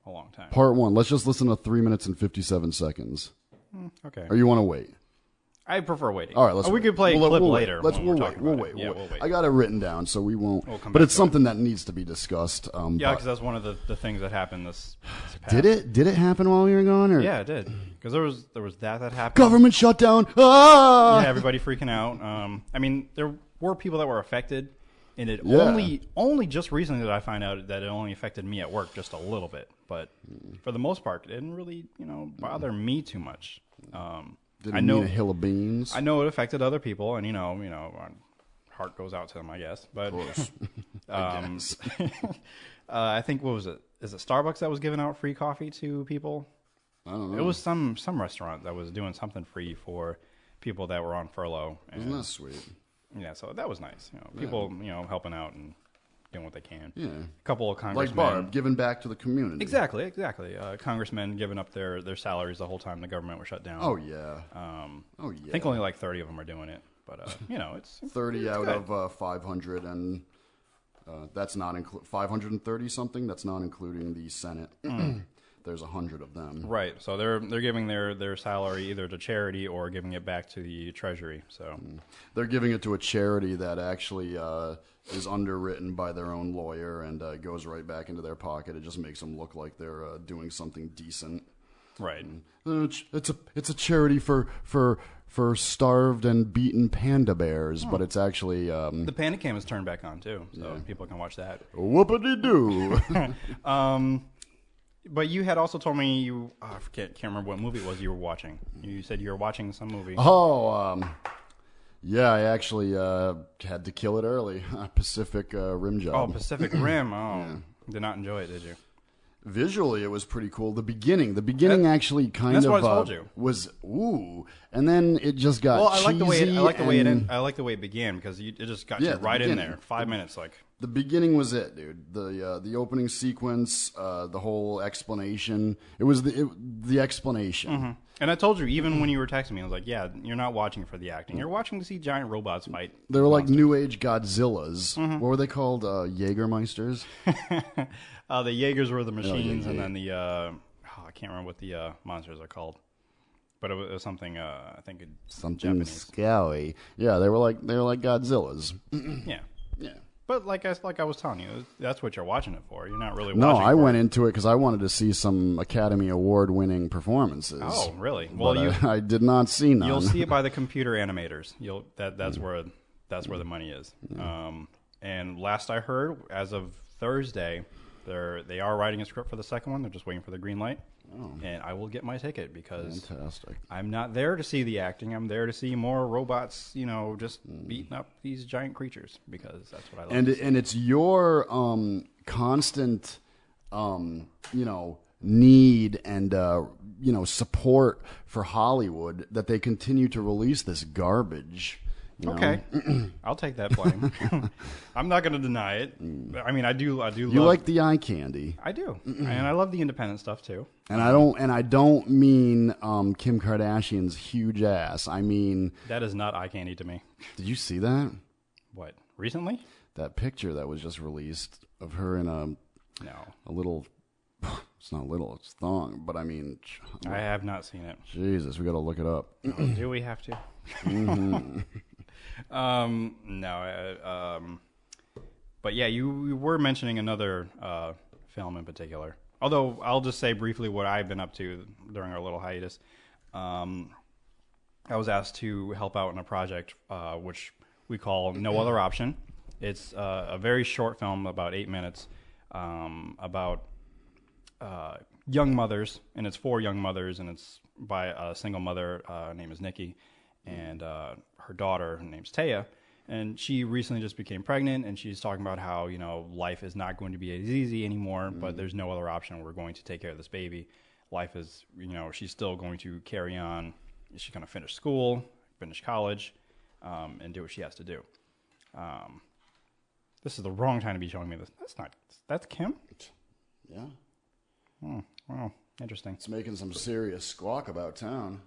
[SPEAKER 10] a long time.
[SPEAKER 3] Part one. Let's just listen to three minutes and fifty-seven seconds.
[SPEAKER 10] Mm, okay.
[SPEAKER 3] Or you want to wait?
[SPEAKER 10] I prefer waiting.
[SPEAKER 3] All right, let's.
[SPEAKER 10] Oh, we
[SPEAKER 3] wait.
[SPEAKER 10] could play a
[SPEAKER 3] We'll-
[SPEAKER 10] clip
[SPEAKER 3] we'll wait.
[SPEAKER 10] later.
[SPEAKER 3] Let's.
[SPEAKER 10] when
[SPEAKER 3] We'll
[SPEAKER 10] we're
[SPEAKER 3] wait.
[SPEAKER 10] talking
[SPEAKER 3] We'll
[SPEAKER 10] about
[SPEAKER 3] wait.
[SPEAKER 10] it. Yeah,
[SPEAKER 3] we'll
[SPEAKER 10] we'll
[SPEAKER 3] wait. I got it written down, so we won't.
[SPEAKER 10] We'll come
[SPEAKER 3] but
[SPEAKER 10] back
[SPEAKER 3] it's
[SPEAKER 10] to it.
[SPEAKER 3] something that needs to be discussed. Um,
[SPEAKER 10] Yeah,
[SPEAKER 3] but-
[SPEAKER 10] because that's one of the, the things that happened this. this past.
[SPEAKER 3] did it? Did it happen while you were gone? Or
[SPEAKER 10] Yeah, it did. Because there was there was that that happened.
[SPEAKER 3] Government shutdown. Ah.
[SPEAKER 10] Yeah, everybody freaking out. Um, I mean, there were people that were affected, and it
[SPEAKER 3] Yeah.
[SPEAKER 10] only only just recently did I find out that it only affected me at work just a little bit. But for the most part, it didn't really you know bother me too much. Um,
[SPEAKER 3] Didn't
[SPEAKER 10] I know
[SPEAKER 3] mean a hill of beans.
[SPEAKER 10] I know it affected other people, and you know, you know, our heart goes out to them, I guess. But um, uh, I think what was it? Is it Starbucks that was giving out free coffee to people?
[SPEAKER 3] I don't
[SPEAKER 10] It
[SPEAKER 3] know.
[SPEAKER 10] was some some restaurant that was doing something free for people that were on furlough. And,
[SPEAKER 3] Isn't that sweet?
[SPEAKER 10] yeah, so that was nice. You know, people you know helping out and doing what they can.
[SPEAKER 3] Yeah.
[SPEAKER 10] a couple of
[SPEAKER 3] Like
[SPEAKER 10] congressmen.
[SPEAKER 3] Barb, giving back to the community.
[SPEAKER 10] Exactly, exactly. Uh, congressmen giving up their, their salaries the whole time the government was shut down.
[SPEAKER 3] Oh yeah.
[SPEAKER 10] Um,
[SPEAKER 3] Oh, yeah.
[SPEAKER 10] I think only like thirty of them are doing it, but uh, you know, it's
[SPEAKER 3] Thirty out
[SPEAKER 10] good.
[SPEAKER 3] of uh, five hundred, and uh, that's not inclu- five hundred and thirty something. That's not including the Senate. There's a hundred of them.
[SPEAKER 10] Mm. right. So they're they're giving their their salary either to charity or giving it back to the treasury. So
[SPEAKER 3] They're giving it to a charity that actually uh, is underwritten by their own lawyer and uh, goes right back into their pocket. It just makes them look like they're uh, doing something decent.
[SPEAKER 10] right,
[SPEAKER 3] Uh, It's it's a it's a charity for for for starved and beaten panda
[SPEAKER 10] Oh.
[SPEAKER 3] bears, but it's actually um,
[SPEAKER 10] the panda cam is turned back on too, so people can watch that.
[SPEAKER 3] whoopity doo.
[SPEAKER 10] Um, but you had also told me you oh, I forget, can't remember what movie it was you were watching. You said you were watching some movie.
[SPEAKER 3] oh, um, yeah, I actually uh, had to kill it early. Pacific uh, Rim Job.
[SPEAKER 10] Oh, Pacific Rim. Oh, did not enjoy it, did you?
[SPEAKER 3] visually it was pretty cool the beginning the beginning actually kind
[SPEAKER 10] that's
[SPEAKER 3] of
[SPEAKER 10] what I told
[SPEAKER 3] uh,
[SPEAKER 10] you.
[SPEAKER 3] was ooh and then it just got
[SPEAKER 10] Well, I like the way it, I like the way it
[SPEAKER 3] and
[SPEAKER 10] in, I like the way it began because you, it just got
[SPEAKER 3] Yeah,
[SPEAKER 10] you
[SPEAKER 3] the
[SPEAKER 10] right in
[SPEAKER 3] beginning.
[SPEAKER 10] there. Five minutes, like
[SPEAKER 3] the beginning was it dude the uh, the opening sequence uh, the whole explanation it was the it, the explanation
[SPEAKER 10] And I told you, even when you were texting me, I was like, "Yeah, you're not watching for the acting. You're watching to see giant robots fight."
[SPEAKER 3] they were like new age godzillas
[SPEAKER 10] Mm-hmm.
[SPEAKER 3] what were they called uh, jaegermeisters
[SPEAKER 10] uh, the Jaegers were the
[SPEAKER 3] Oh,
[SPEAKER 10] machines, and then the uh, oh, I can't remember what the uh, monsters are called, but it was, it was something uh, I think it's
[SPEAKER 3] something
[SPEAKER 10] Japanese.
[SPEAKER 3] scary yeah they were like they were like godzillas
[SPEAKER 10] Yeah,
[SPEAKER 3] yeah
[SPEAKER 10] But like I like I was telling you, that's what you're watching it for. You're not really
[SPEAKER 3] No,
[SPEAKER 10] watching.
[SPEAKER 3] I
[SPEAKER 10] for
[SPEAKER 3] went into it because I wanted to see some Academy Award winning performances.
[SPEAKER 10] Oh, really? Well,
[SPEAKER 3] But uh,
[SPEAKER 10] you-
[SPEAKER 3] I, I did not see none.
[SPEAKER 10] You'll see it by the computer animators. You'll that that's where that's where the money is. Um, and last I heard, as of Thursday, they're they are writing a script for the second one. They're just waiting for the green light. And I will get my ticket because
[SPEAKER 3] Oh. Fantastic.
[SPEAKER 10] I'm not there to see the acting. I'm there to see more robots, you know, just beating up these giant creatures because that's what I love.
[SPEAKER 3] Hmm. and
[SPEAKER 10] to
[SPEAKER 3] it-
[SPEAKER 10] see.
[SPEAKER 3] and it's your um, constant, um, you know, need and uh, you know support for Hollywood that they continue to release this garbage. you know?
[SPEAKER 10] okay, I'll take that blame. I'm not going to deny it. I mean, I do. I do.
[SPEAKER 3] Hmm. you
[SPEAKER 10] love,
[SPEAKER 3] like the eye candy,
[SPEAKER 10] I do, and I love the independent stuff too.
[SPEAKER 3] and I don't, and I don't mean um, Kim Kardashian's huge ass. I mean,
[SPEAKER 10] That is not eye candy to me.
[SPEAKER 3] did you see that
[SPEAKER 10] What recently?
[SPEAKER 3] that picture that was just released of her in a
[SPEAKER 10] No,
[SPEAKER 3] a little? It's not little, it's thong, but I mean,
[SPEAKER 10] I have not seen it.
[SPEAKER 3] Jesus, we got to look it up.
[SPEAKER 10] Do we have to? um, no. I, um, but yeah, you, you were mentioning another uh, film in particular. Although I'll just say briefly what I've been up to during our little hiatus. Um, I was asked to help out in a project uh, which we call No Other Option. It's uh, a very short film, about eight minutes, um, about uh, young mothers, and it's for young mothers, and it's by a single mother. Uh, her name is Nikki, and uh, her daughter, her name's Taya, and she recently just became pregnant, and she's talking about how you know life is not going to be as easy anymore, but there's no other option. We're going to take care of this baby. Life is, you know, she's still going to carry on. She's going to finish school, finish college, um, and do what she has to do. Um, this is the wrong time to be showing me this. That's not. That's Kim. Hmm,
[SPEAKER 3] Yeah.
[SPEAKER 10] Wow, interesting.
[SPEAKER 3] It's making some serious squawk about town.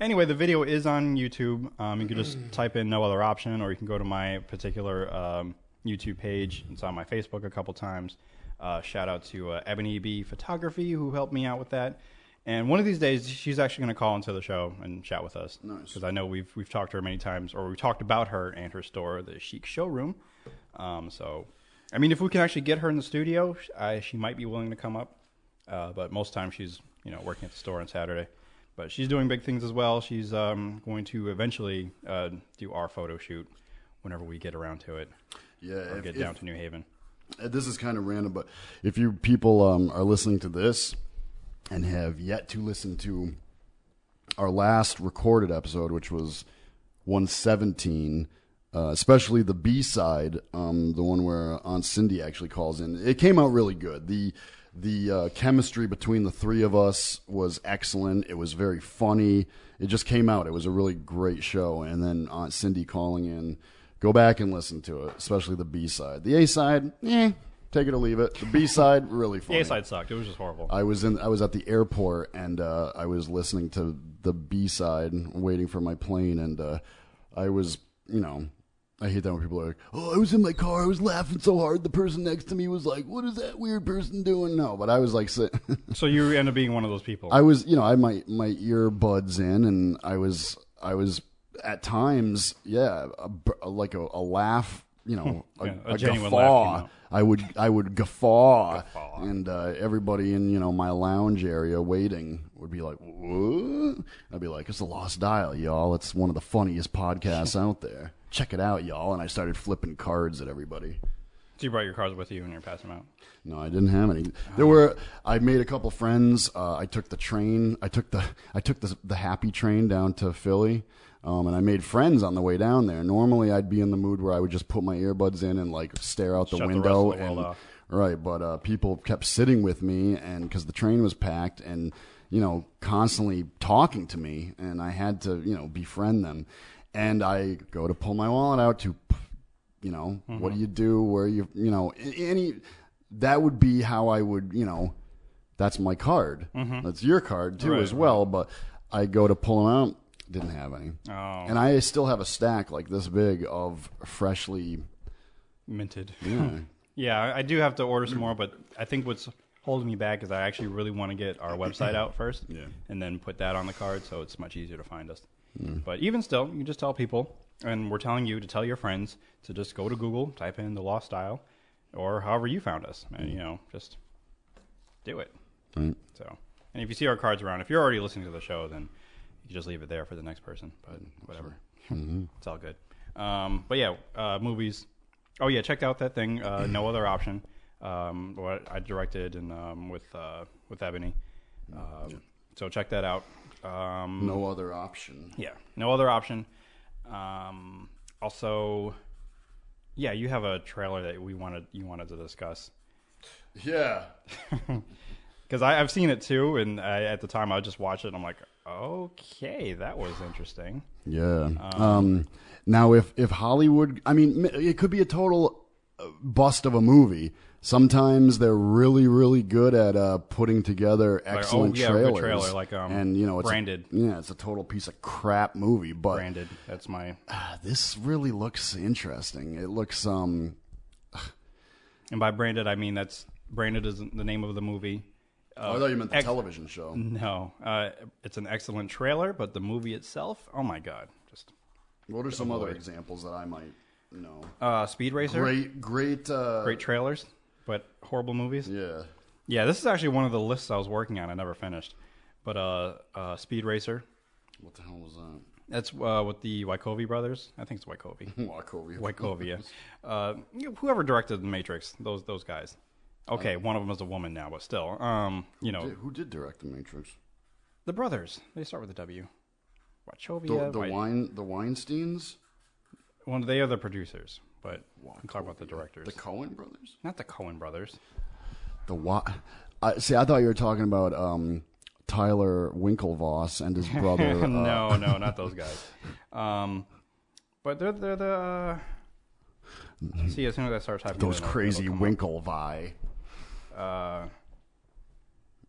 [SPEAKER 10] Anyway, the video is on YouTube. Um, you can just type in no other option, or you can go to my particular um, YouTube page. It's on my Facebook a couple times. Uh, shout out to uh, Ebony B Photography who helped me out with that. And one of these days, she's actually going to call into the show and chat with us. Nice. Because I know we've we've talked to her many times, or we've talked about her and her store, the Chic Showroom. Um, so, I mean, if we can actually get her in the studio, sh- I, she might be willing to come up. Uh, but most times she's you know working at the store on Saturday. But she's doing big things as well. She's um, going to eventually uh, do our photo shoot whenever we get around to it.
[SPEAKER 3] Yeah,
[SPEAKER 10] or
[SPEAKER 3] if-
[SPEAKER 10] get
[SPEAKER 3] if-
[SPEAKER 10] down to New Haven.
[SPEAKER 3] Uh, This is kind of random, but if you people um, are listening to this and have yet to listen to our last recorded episode, which was 117, uh, especially the B side, um, the one where Aunt Cindy actually calls in, it came out really good. The the uh, chemistry between the three of us was excellent. It was very funny. It just came out. It was a really great show. And then Aunt Cindy calling in, go back and listen to it, especially the B side. The A side, eh, take it or leave it. The B side, really
[SPEAKER 10] The
[SPEAKER 3] funny.
[SPEAKER 10] A side sucked. It was just horrible.
[SPEAKER 3] I was in. I was at the airport and uh, I was listening to the B side, waiting for my plane, and uh, I was, you know, I hate that when people are like, "Oh, I was in my car. I was laughing so hard. The person next to me was like, "What is that weird person doing?" No, but I was like, sit-
[SPEAKER 10] so you end up being one of those people.
[SPEAKER 3] I was, you know, I had my my earbuds in, and I was, I was at times, yeah, a br- like a, a laugh, you know, a,
[SPEAKER 10] Yeah, a
[SPEAKER 3] a
[SPEAKER 10] genuine
[SPEAKER 3] guffaw.
[SPEAKER 10] laugh came out.
[SPEAKER 3] I would, I would guffaw, and uh, everybody in you know my lounge area waiting would be like, "What?" I'd be like, "It's the Lost Dial, y'all. It's one of the funniest podcasts out there. Check it out, y'all." And I started flipping cards at everybody.
[SPEAKER 10] so you brought your cards with you and you're passing them out.
[SPEAKER 3] No, I didn't have any. There were. I made a couple friends. Uh, I took the train. I took the I took the the happy train down to Philly, um, and I made friends on the way down there. Normally, I'd be in the mood where I would just put my earbuds in and like stare out the
[SPEAKER 10] Shut the rest
[SPEAKER 3] window
[SPEAKER 10] of the world
[SPEAKER 3] and
[SPEAKER 10] off.
[SPEAKER 3] right. But uh, people kept sitting with me, and because the train was packed, and you know, constantly talking to me, and I had to you know befriend them. And I go to pull my wallet out to you know what do you do where you you know a- any that would be how i would you know that's my card that's your card too as well but i go to pull them out didn't have any oh. and i still have a stack like this big of freshly
[SPEAKER 10] Minted. Yeah. I- I do have to order some more, but I think what's holding me back is I actually really want to get our website out first and then put that on the card so it's much easier to find us. But even still, you can just tell people And we're telling you to tell your friends to just go to Google, type in the Lost Dial, or however you found us. And, you know, just do it.
[SPEAKER 3] Right.
[SPEAKER 10] So, and if you see our cards around, if you're already listening to the show, then you can just leave it there for the next person. But whatever,
[SPEAKER 3] Mhm.
[SPEAKER 10] it's all good. Um, but yeah, uh, movies. Oh yeah, check out that thing. Uh, no other option. Um, what I directed and um, with uh, with Ebony. Um, so check that out. Um,
[SPEAKER 3] No other option.
[SPEAKER 10] yeah, no other option. Um, also, yeah, you have a trailer that we wanted you wanted to discuss
[SPEAKER 3] Yeah.
[SPEAKER 10] because I've seen it too, and I, at the time I just watched it. and I'm like, okay, that was interesting.
[SPEAKER 3] Yeah. Um, now, if if Hollywood, I mean, m- it could be a total uh, bust of a movie. Sometimes they're really, really good at uh, putting together
[SPEAKER 10] oh,
[SPEAKER 3] excellent
[SPEAKER 10] yeah, good
[SPEAKER 3] trailers.
[SPEAKER 10] trailer, like, um,
[SPEAKER 3] and you know, it's a-
[SPEAKER 10] Branded.
[SPEAKER 3] yeah, it's a total piece of crap movie, but
[SPEAKER 10] Branded, that's my
[SPEAKER 3] uh, this really looks interesting. It looks um,
[SPEAKER 10] and by branded I mean that's branded is the name of the movie. Uh,
[SPEAKER 3] I thought you meant the
[SPEAKER 10] ex-
[SPEAKER 3] television show.
[SPEAKER 10] No, uh, it's an excellent trailer, but the movie itself, oh my god, just
[SPEAKER 3] What are some other examples that I might know?
[SPEAKER 10] uh, Speed Racer,
[SPEAKER 3] Great, great, uh,
[SPEAKER 10] great trailers, but horrible movies.
[SPEAKER 3] Yeah.
[SPEAKER 10] Yeah, this is actually one of the lists I was working on. I never finished, but uh, uh, Speed Racer.
[SPEAKER 3] What the hell was that?
[SPEAKER 10] That's uh, with the Wachowski brothers. I think it's Wachowski.
[SPEAKER 3] Wachovia.
[SPEAKER 10] Wachovia. Uh, you know, whoever directed The Matrix, those those guys. Okay, one of them is a woman now, but still, um, you know,
[SPEAKER 3] Did- Who did direct the Matrix?
[SPEAKER 10] the brothers. They start with a W.
[SPEAKER 3] The,
[SPEAKER 10] uh, Wachovia.
[SPEAKER 3] the
[SPEAKER 10] Wa-
[SPEAKER 3] wine, the Weinstein's,
[SPEAKER 10] Well, they are the producers, but I'm talking about the directors,
[SPEAKER 3] the Cohen brothers,
[SPEAKER 10] not the Cohen brothers.
[SPEAKER 3] the wa. I see. I thought you were talking about um, Tyler Winklevoss and his brother. uh,
[SPEAKER 10] no, no, not those guys. Um, but they're they're the. uh, See, as soon as I start typing,
[SPEAKER 3] those
[SPEAKER 10] it in, it'll-
[SPEAKER 3] crazy
[SPEAKER 10] it'll come
[SPEAKER 3] Winklevi.
[SPEAKER 10] up. Uh,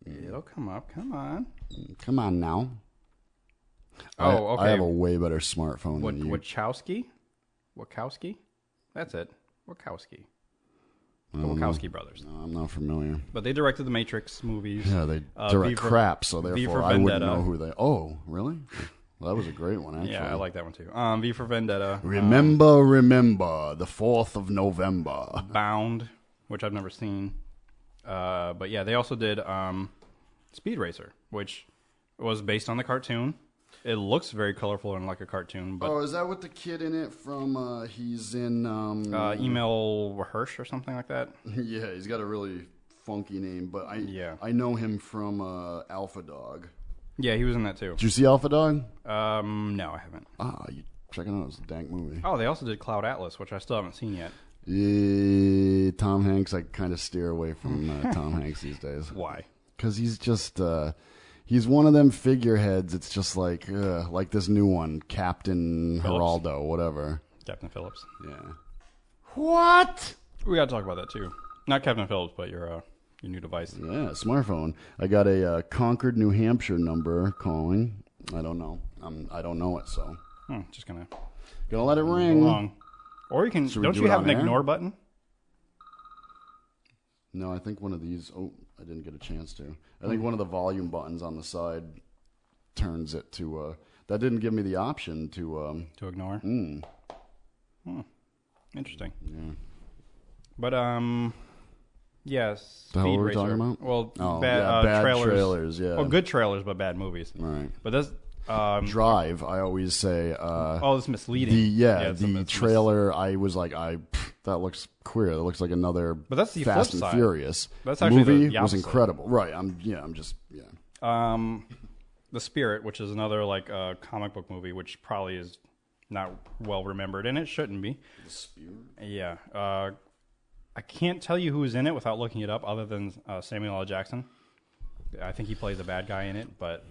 [SPEAKER 10] it'll come up. Come on.
[SPEAKER 3] Come on now. I,
[SPEAKER 10] Oh, okay.
[SPEAKER 3] I have a way better smartphone
[SPEAKER 10] What,
[SPEAKER 3] than you.
[SPEAKER 10] Wachowski? Wachowski? That's it. Wachowski. The
[SPEAKER 3] Mm.
[SPEAKER 10] Wachowski brothers.
[SPEAKER 3] No, I'm not familiar.
[SPEAKER 10] But they directed the Matrix movies.
[SPEAKER 3] Yeah, they
[SPEAKER 10] Uh,
[SPEAKER 3] direct
[SPEAKER 10] V for-
[SPEAKER 3] crap, so
[SPEAKER 10] V
[SPEAKER 3] therefore
[SPEAKER 10] for
[SPEAKER 3] I wouldn't
[SPEAKER 10] Vendetta.
[SPEAKER 3] know who they. Oh, really? Well, that was a great one, actually.
[SPEAKER 10] Yeah, I like that one too. Um, V for Vendetta.
[SPEAKER 3] Remember, remember the fourth of November.
[SPEAKER 10] Bound, which I've never seen. Uh, but yeah, they also did um, Speed Racer, which was based on the cartoon. It looks very colorful and like a cartoon, but
[SPEAKER 3] Oh, is that with the kid in it from? Uh, he's in. Um,
[SPEAKER 10] uh, email Hirsch or something like that.
[SPEAKER 3] yeah, he's got a really funky name, but I
[SPEAKER 10] Yeah.
[SPEAKER 3] I know him from uh, Alpha Dog.
[SPEAKER 10] Yeah, he was in that too.
[SPEAKER 3] Did you see Alpha Dog?
[SPEAKER 10] Um, no, I haven't.
[SPEAKER 3] Ah, you checking out? It's a dank movie.
[SPEAKER 10] Oh, they also did Cloud Atlas, which I still haven't seen yet.
[SPEAKER 3] Yeah, Tom Hanks. I kind of steer away from uh, Tom Hanks these days.
[SPEAKER 10] Why?
[SPEAKER 3] Because he's just. Uh, He's one of them figureheads. It's just like, uh, like this new one, Captain
[SPEAKER 10] Phillips.
[SPEAKER 3] Geraldo, whatever.
[SPEAKER 10] Captain Phillips.
[SPEAKER 3] Yeah.
[SPEAKER 10] What? We gotta talk about that too. Not Captain Phillips, but your uh, your new device.
[SPEAKER 3] Yeah, smartphone. I got a uh, Concord, New Hampshire number calling. I don't know. I'm, I don't know it, so
[SPEAKER 10] Hmm, just gonna
[SPEAKER 3] gonna let it ring.
[SPEAKER 10] along. Or you can.
[SPEAKER 3] Should we
[SPEAKER 10] don't
[SPEAKER 3] do
[SPEAKER 10] you
[SPEAKER 3] it
[SPEAKER 10] have
[SPEAKER 3] on
[SPEAKER 10] an
[SPEAKER 3] air?
[SPEAKER 10] ignore button?
[SPEAKER 3] No, I think one of these. Oh, I didn't get a chance to. I think one of the volume buttons on the side turns it to. Uh, that didn't give me the option to. Um,
[SPEAKER 10] To ignore. Hmm.
[SPEAKER 3] mm,
[SPEAKER 10] Interesting.
[SPEAKER 3] yeah.
[SPEAKER 10] But um, yes.
[SPEAKER 3] The hell
[SPEAKER 10] Speed
[SPEAKER 3] were we
[SPEAKER 10] Racer.
[SPEAKER 3] talking about?
[SPEAKER 10] Well,
[SPEAKER 3] Oh,
[SPEAKER 10] bad,
[SPEAKER 3] yeah,
[SPEAKER 10] uh,
[SPEAKER 3] bad
[SPEAKER 10] trailers.
[SPEAKER 3] trailers, yeah.
[SPEAKER 10] Well, good trailers, but bad movies.
[SPEAKER 3] All right.
[SPEAKER 10] But that's um.
[SPEAKER 3] Drive. I always say. Uh,
[SPEAKER 10] oh, it's misleading.
[SPEAKER 3] the yeah,
[SPEAKER 10] it's a-
[SPEAKER 3] the
[SPEAKER 10] it's mis-
[SPEAKER 3] trailer. I was like, I pff, that looks queer. That looks like another.
[SPEAKER 10] But that's the
[SPEAKER 3] Fast
[SPEAKER 10] flip
[SPEAKER 3] and
[SPEAKER 10] side.
[SPEAKER 3] Furious.
[SPEAKER 10] That's actually the-
[SPEAKER 3] movie
[SPEAKER 10] the
[SPEAKER 3] was
[SPEAKER 10] opposite.
[SPEAKER 3] incredible. Right. I'm yeah. I'm just yeah.
[SPEAKER 10] Um, The Spirit, which is another like uh, comic book movie, which probably is not well remembered, and it shouldn't be. The Spirit. Yeah. Uh, I can't tell you who's in it without looking it up, other than uh, Samuel L. Jackson. I think he plays a bad guy in it, but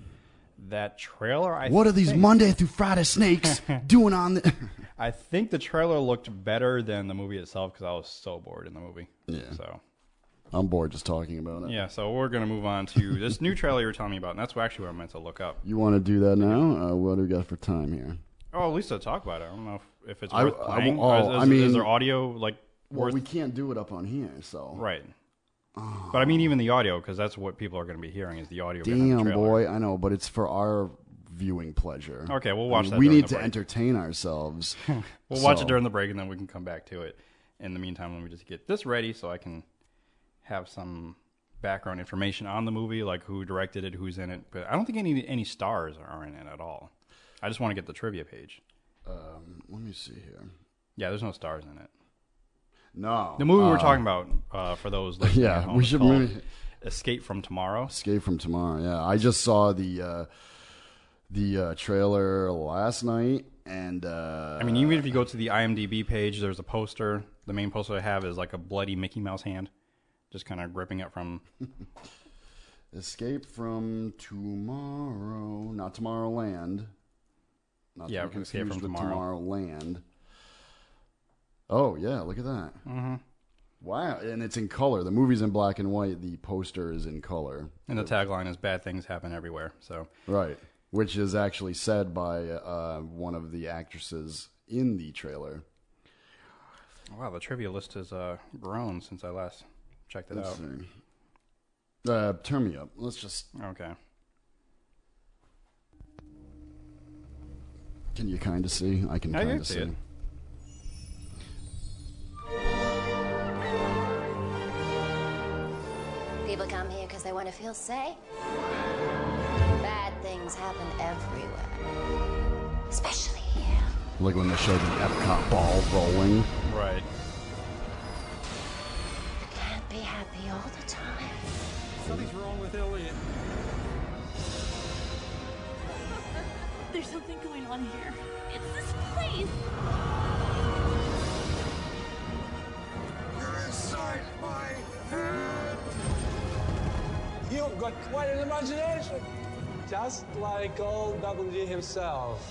[SPEAKER 10] that trailer. I
[SPEAKER 3] What are these
[SPEAKER 10] think-
[SPEAKER 3] Monday through Friday snakes doing on the?
[SPEAKER 10] I think the trailer looked better than the movie itself because I was so bored in the movie.
[SPEAKER 3] Yeah.
[SPEAKER 10] So
[SPEAKER 3] I'm bored just talking about it.
[SPEAKER 10] yeah, so we're gonna move on to this new trailer you were telling me about, and that's actually what I meant to look up.
[SPEAKER 3] You want to do that now? Uh, what do we got for time here?
[SPEAKER 10] Oh, at least I talk about it. I don't know if, if it's
[SPEAKER 3] I-
[SPEAKER 10] worth
[SPEAKER 3] I-
[SPEAKER 10] playing.
[SPEAKER 3] oh,
[SPEAKER 10] Is- is,
[SPEAKER 3] I mean-
[SPEAKER 10] is there audio like
[SPEAKER 3] Well,
[SPEAKER 10] worth
[SPEAKER 3] we Oh. can't do it up on here, so.
[SPEAKER 10] right? But I mean, even the audio because that's what people are going to be hearing is the audio. behind the
[SPEAKER 3] Damn,
[SPEAKER 10] trailer.
[SPEAKER 3] boy. I know, but it's for our viewing pleasure.
[SPEAKER 10] Okay, we'll
[SPEAKER 3] I
[SPEAKER 10] watch
[SPEAKER 3] mean,
[SPEAKER 10] that
[SPEAKER 3] We
[SPEAKER 10] during
[SPEAKER 3] need
[SPEAKER 10] the
[SPEAKER 3] to
[SPEAKER 10] break.
[SPEAKER 3] entertain ourselves.
[SPEAKER 10] We'll watch
[SPEAKER 3] So-
[SPEAKER 10] it during the break and then we can come back to it. In the meantime, let me just get this ready so I can have some background information on the movie, like who directed it, who's in it. But I don't think any any stars are in it at all. I just want to get the trivia page.
[SPEAKER 3] Um, let me see here.
[SPEAKER 10] Yeah, there's no stars in it.
[SPEAKER 3] No,
[SPEAKER 10] The movie we're
[SPEAKER 3] uh,
[SPEAKER 10] talking about uh, for those listening
[SPEAKER 3] Yeah,
[SPEAKER 10] at home
[SPEAKER 3] we
[SPEAKER 10] is
[SPEAKER 3] should
[SPEAKER 10] called
[SPEAKER 3] really-
[SPEAKER 10] Escape from Tomorrow.
[SPEAKER 3] Escape from Tomorrow. Yeah, I just saw the uh, the uh, trailer last night, and uh,
[SPEAKER 10] I mean, even if you go to the IMDb page, there's a poster. The main poster I have is like a bloody Mickey Mouse hand, just kind of gripping it from
[SPEAKER 3] Escape from Tomorrow, not Tomorrowland. Not
[SPEAKER 10] Yeah,
[SPEAKER 3] to be
[SPEAKER 10] Escape
[SPEAKER 3] confused
[SPEAKER 10] from
[SPEAKER 3] with
[SPEAKER 10] Tomorrow.
[SPEAKER 3] Tomorrowland. Oh yeah, look at that. Mm-hmm. Wow, and it's in color. The movie's in black and white. The poster is in color.
[SPEAKER 10] And the tagline is "Bad things happen everywhere." So
[SPEAKER 3] Right, which is actually said by uh, one of the actresses in the trailer.
[SPEAKER 10] wow, the trivia list has uh, grown since I last checked it
[SPEAKER 3] Let's
[SPEAKER 10] out.
[SPEAKER 3] see. Uh, turn me up. Let's just.
[SPEAKER 10] Okay,
[SPEAKER 3] Can you kind of see? I can
[SPEAKER 10] I
[SPEAKER 3] kind
[SPEAKER 10] can
[SPEAKER 3] of
[SPEAKER 10] see
[SPEAKER 3] see.
[SPEAKER 10] it.
[SPEAKER 11] People come here because they want to feel safe. Bad things happen everywhere, especially here.
[SPEAKER 3] Like when they showed the Epcot ball rolling.
[SPEAKER 10] right.
[SPEAKER 11] You can't be happy all the time.
[SPEAKER 12] Something's wrong with Elliot.
[SPEAKER 6] There's something going on here. It's this place.
[SPEAKER 8] You're inside my head. You've got quite an imagination. Just like old Double G himself.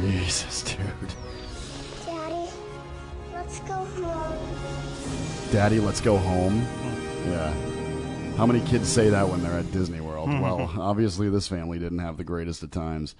[SPEAKER 3] Jesus, dude.
[SPEAKER 13] Daddy, let's go home.
[SPEAKER 3] Daddy, let's go home. Yeah. How many kids say that when they're at Disney World? well, obviously this family didn't have the greatest of times.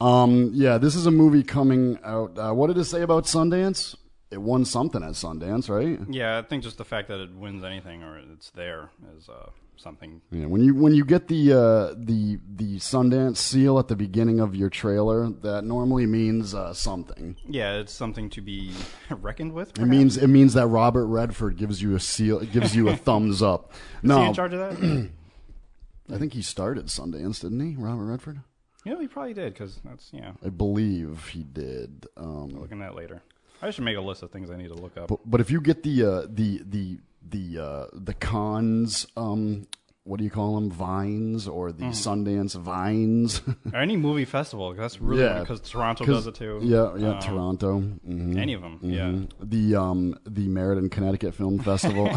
[SPEAKER 3] Um, yeah, this is a movie coming out. Uh, what did it say about Sundance? It won something at Sundance, right?
[SPEAKER 10] Yeah, I think just the fact that it wins anything or it's there is uh, something.
[SPEAKER 3] Yeah, when you when you get the uh, the the Sundance seal at the beginning of your trailer, that normally means uh, something.
[SPEAKER 10] Yeah, it's something to be reckoned with.
[SPEAKER 3] It means it means that Robert Redford gives you a seal, gives you a thumbs up.
[SPEAKER 10] Is
[SPEAKER 3] No,
[SPEAKER 10] he in charge of that?
[SPEAKER 3] I think he started Sundance, didn't he, Robert Redford?
[SPEAKER 10] you know, he probably did because that's yeah.
[SPEAKER 3] I believe he did. Um,
[SPEAKER 10] Looking at that later. I should make a list of things I need to look up.
[SPEAKER 3] but but if you get the uh, the the the uh, the cons, um, what do you call them? Vines or
[SPEAKER 10] Mm.
[SPEAKER 3] the Sundance vines?
[SPEAKER 10] Or any movie festival 'cause that's really because Toronto
[SPEAKER 3] 'Cause-
[SPEAKER 10] does it too.
[SPEAKER 3] Yeah, yeah,
[SPEAKER 10] Um,
[SPEAKER 3] Toronto. Mhm.
[SPEAKER 10] any of 'em, yeah.
[SPEAKER 3] Mhm. The um the Meriden Connecticut Film Festival.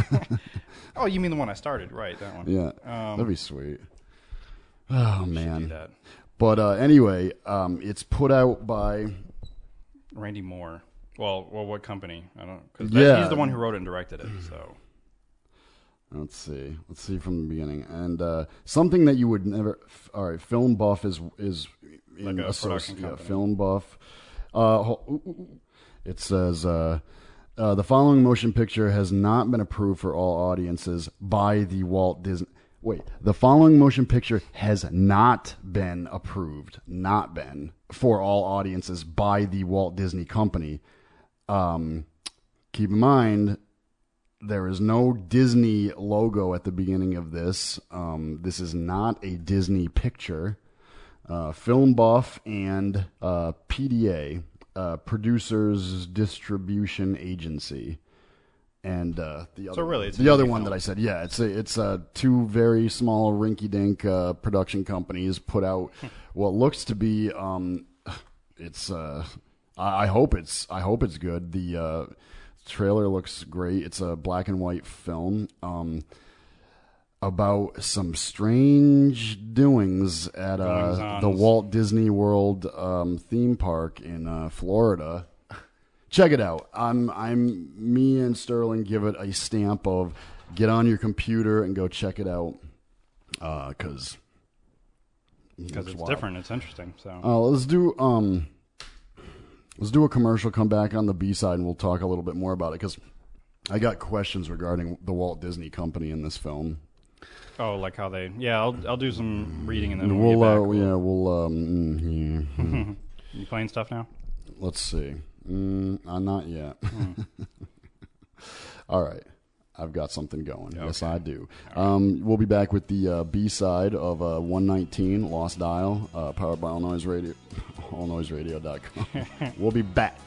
[SPEAKER 10] Oh, you mean the one I started? Right, that one.
[SPEAKER 3] Yeah,
[SPEAKER 10] Um,
[SPEAKER 3] that'd be sweet. Oh man.
[SPEAKER 10] that.
[SPEAKER 3] But uh, anyway, um, it's put out by
[SPEAKER 10] Randy Moore. Well, well, what company? I don't because
[SPEAKER 3] Yeah.
[SPEAKER 10] he's the one who wrote and directed it. So
[SPEAKER 3] let's see, let's see from the beginning, and uh, something that you would never. f- All right, film buff is is in
[SPEAKER 10] Like a
[SPEAKER 3] associ-
[SPEAKER 10] production
[SPEAKER 3] yeah,
[SPEAKER 10] company.
[SPEAKER 3] film buff. Uh, ho- ooh, ooh, ooh. it says. Uh, uh, the following motion picture has not been approved for all audiences by the Walt Disney. Wait, the following motion picture has not been approved, not been for all audiences by the Walt Disney Company. Um, keep in mind, there is no Disney logo at the beginning of this. Um, this is not a Disney picture. Uh, Film Buff and uh, PDA, uh, Producers Distribution Agency, and uh, the other
[SPEAKER 10] really, it's an
[SPEAKER 3] the other
[SPEAKER 10] indie
[SPEAKER 3] one
[SPEAKER 10] film.
[SPEAKER 3] that I said. Yeah, it's a, it's uh, two very small rinky-dink uh, production companies put out what looks to be um, it's uh, I, I hope it's I hope it's good. The uh, trailer looks great. It's a black and white film. Um, about some strange doings at uh,
[SPEAKER 10] Goings-ons.
[SPEAKER 3] the Walt Disney World um, theme park in uh, Florida. Check it out. I'm I'm me and Sterling give it a stamp of get on your computer and go check it out uh, because
[SPEAKER 10] because it's different, it's interesting. So
[SPEAKER 3] Uh, let's do um, let's do a commercial. Come back on the B side, and we'll talk a little bit more about it because I got questions regarding the Walt Disney Company in this film.
[SPEAKER 10] Oh, like how they? Yeah, I'll I'll do some reading and then
[SPEAKER 3] we'll,
[SPEAKER 10] we'll,
[SPEAKER 3] uh,
[SPEAKER 10] get back.
[SPEAKER 3] yeah, we'll, um, mm, yeah, mm.
[SPEAKER 10] you playing stuff now?
[SPEAKER 3] let's see. Mm, uh, not yet. All right. I've got something going. Yes, I do. Um, we'll be back with the uh, B side of uh, 119 Lost Dial, uh, powered by All Noise Radio, AllNoiseRadio.com. we'll be back.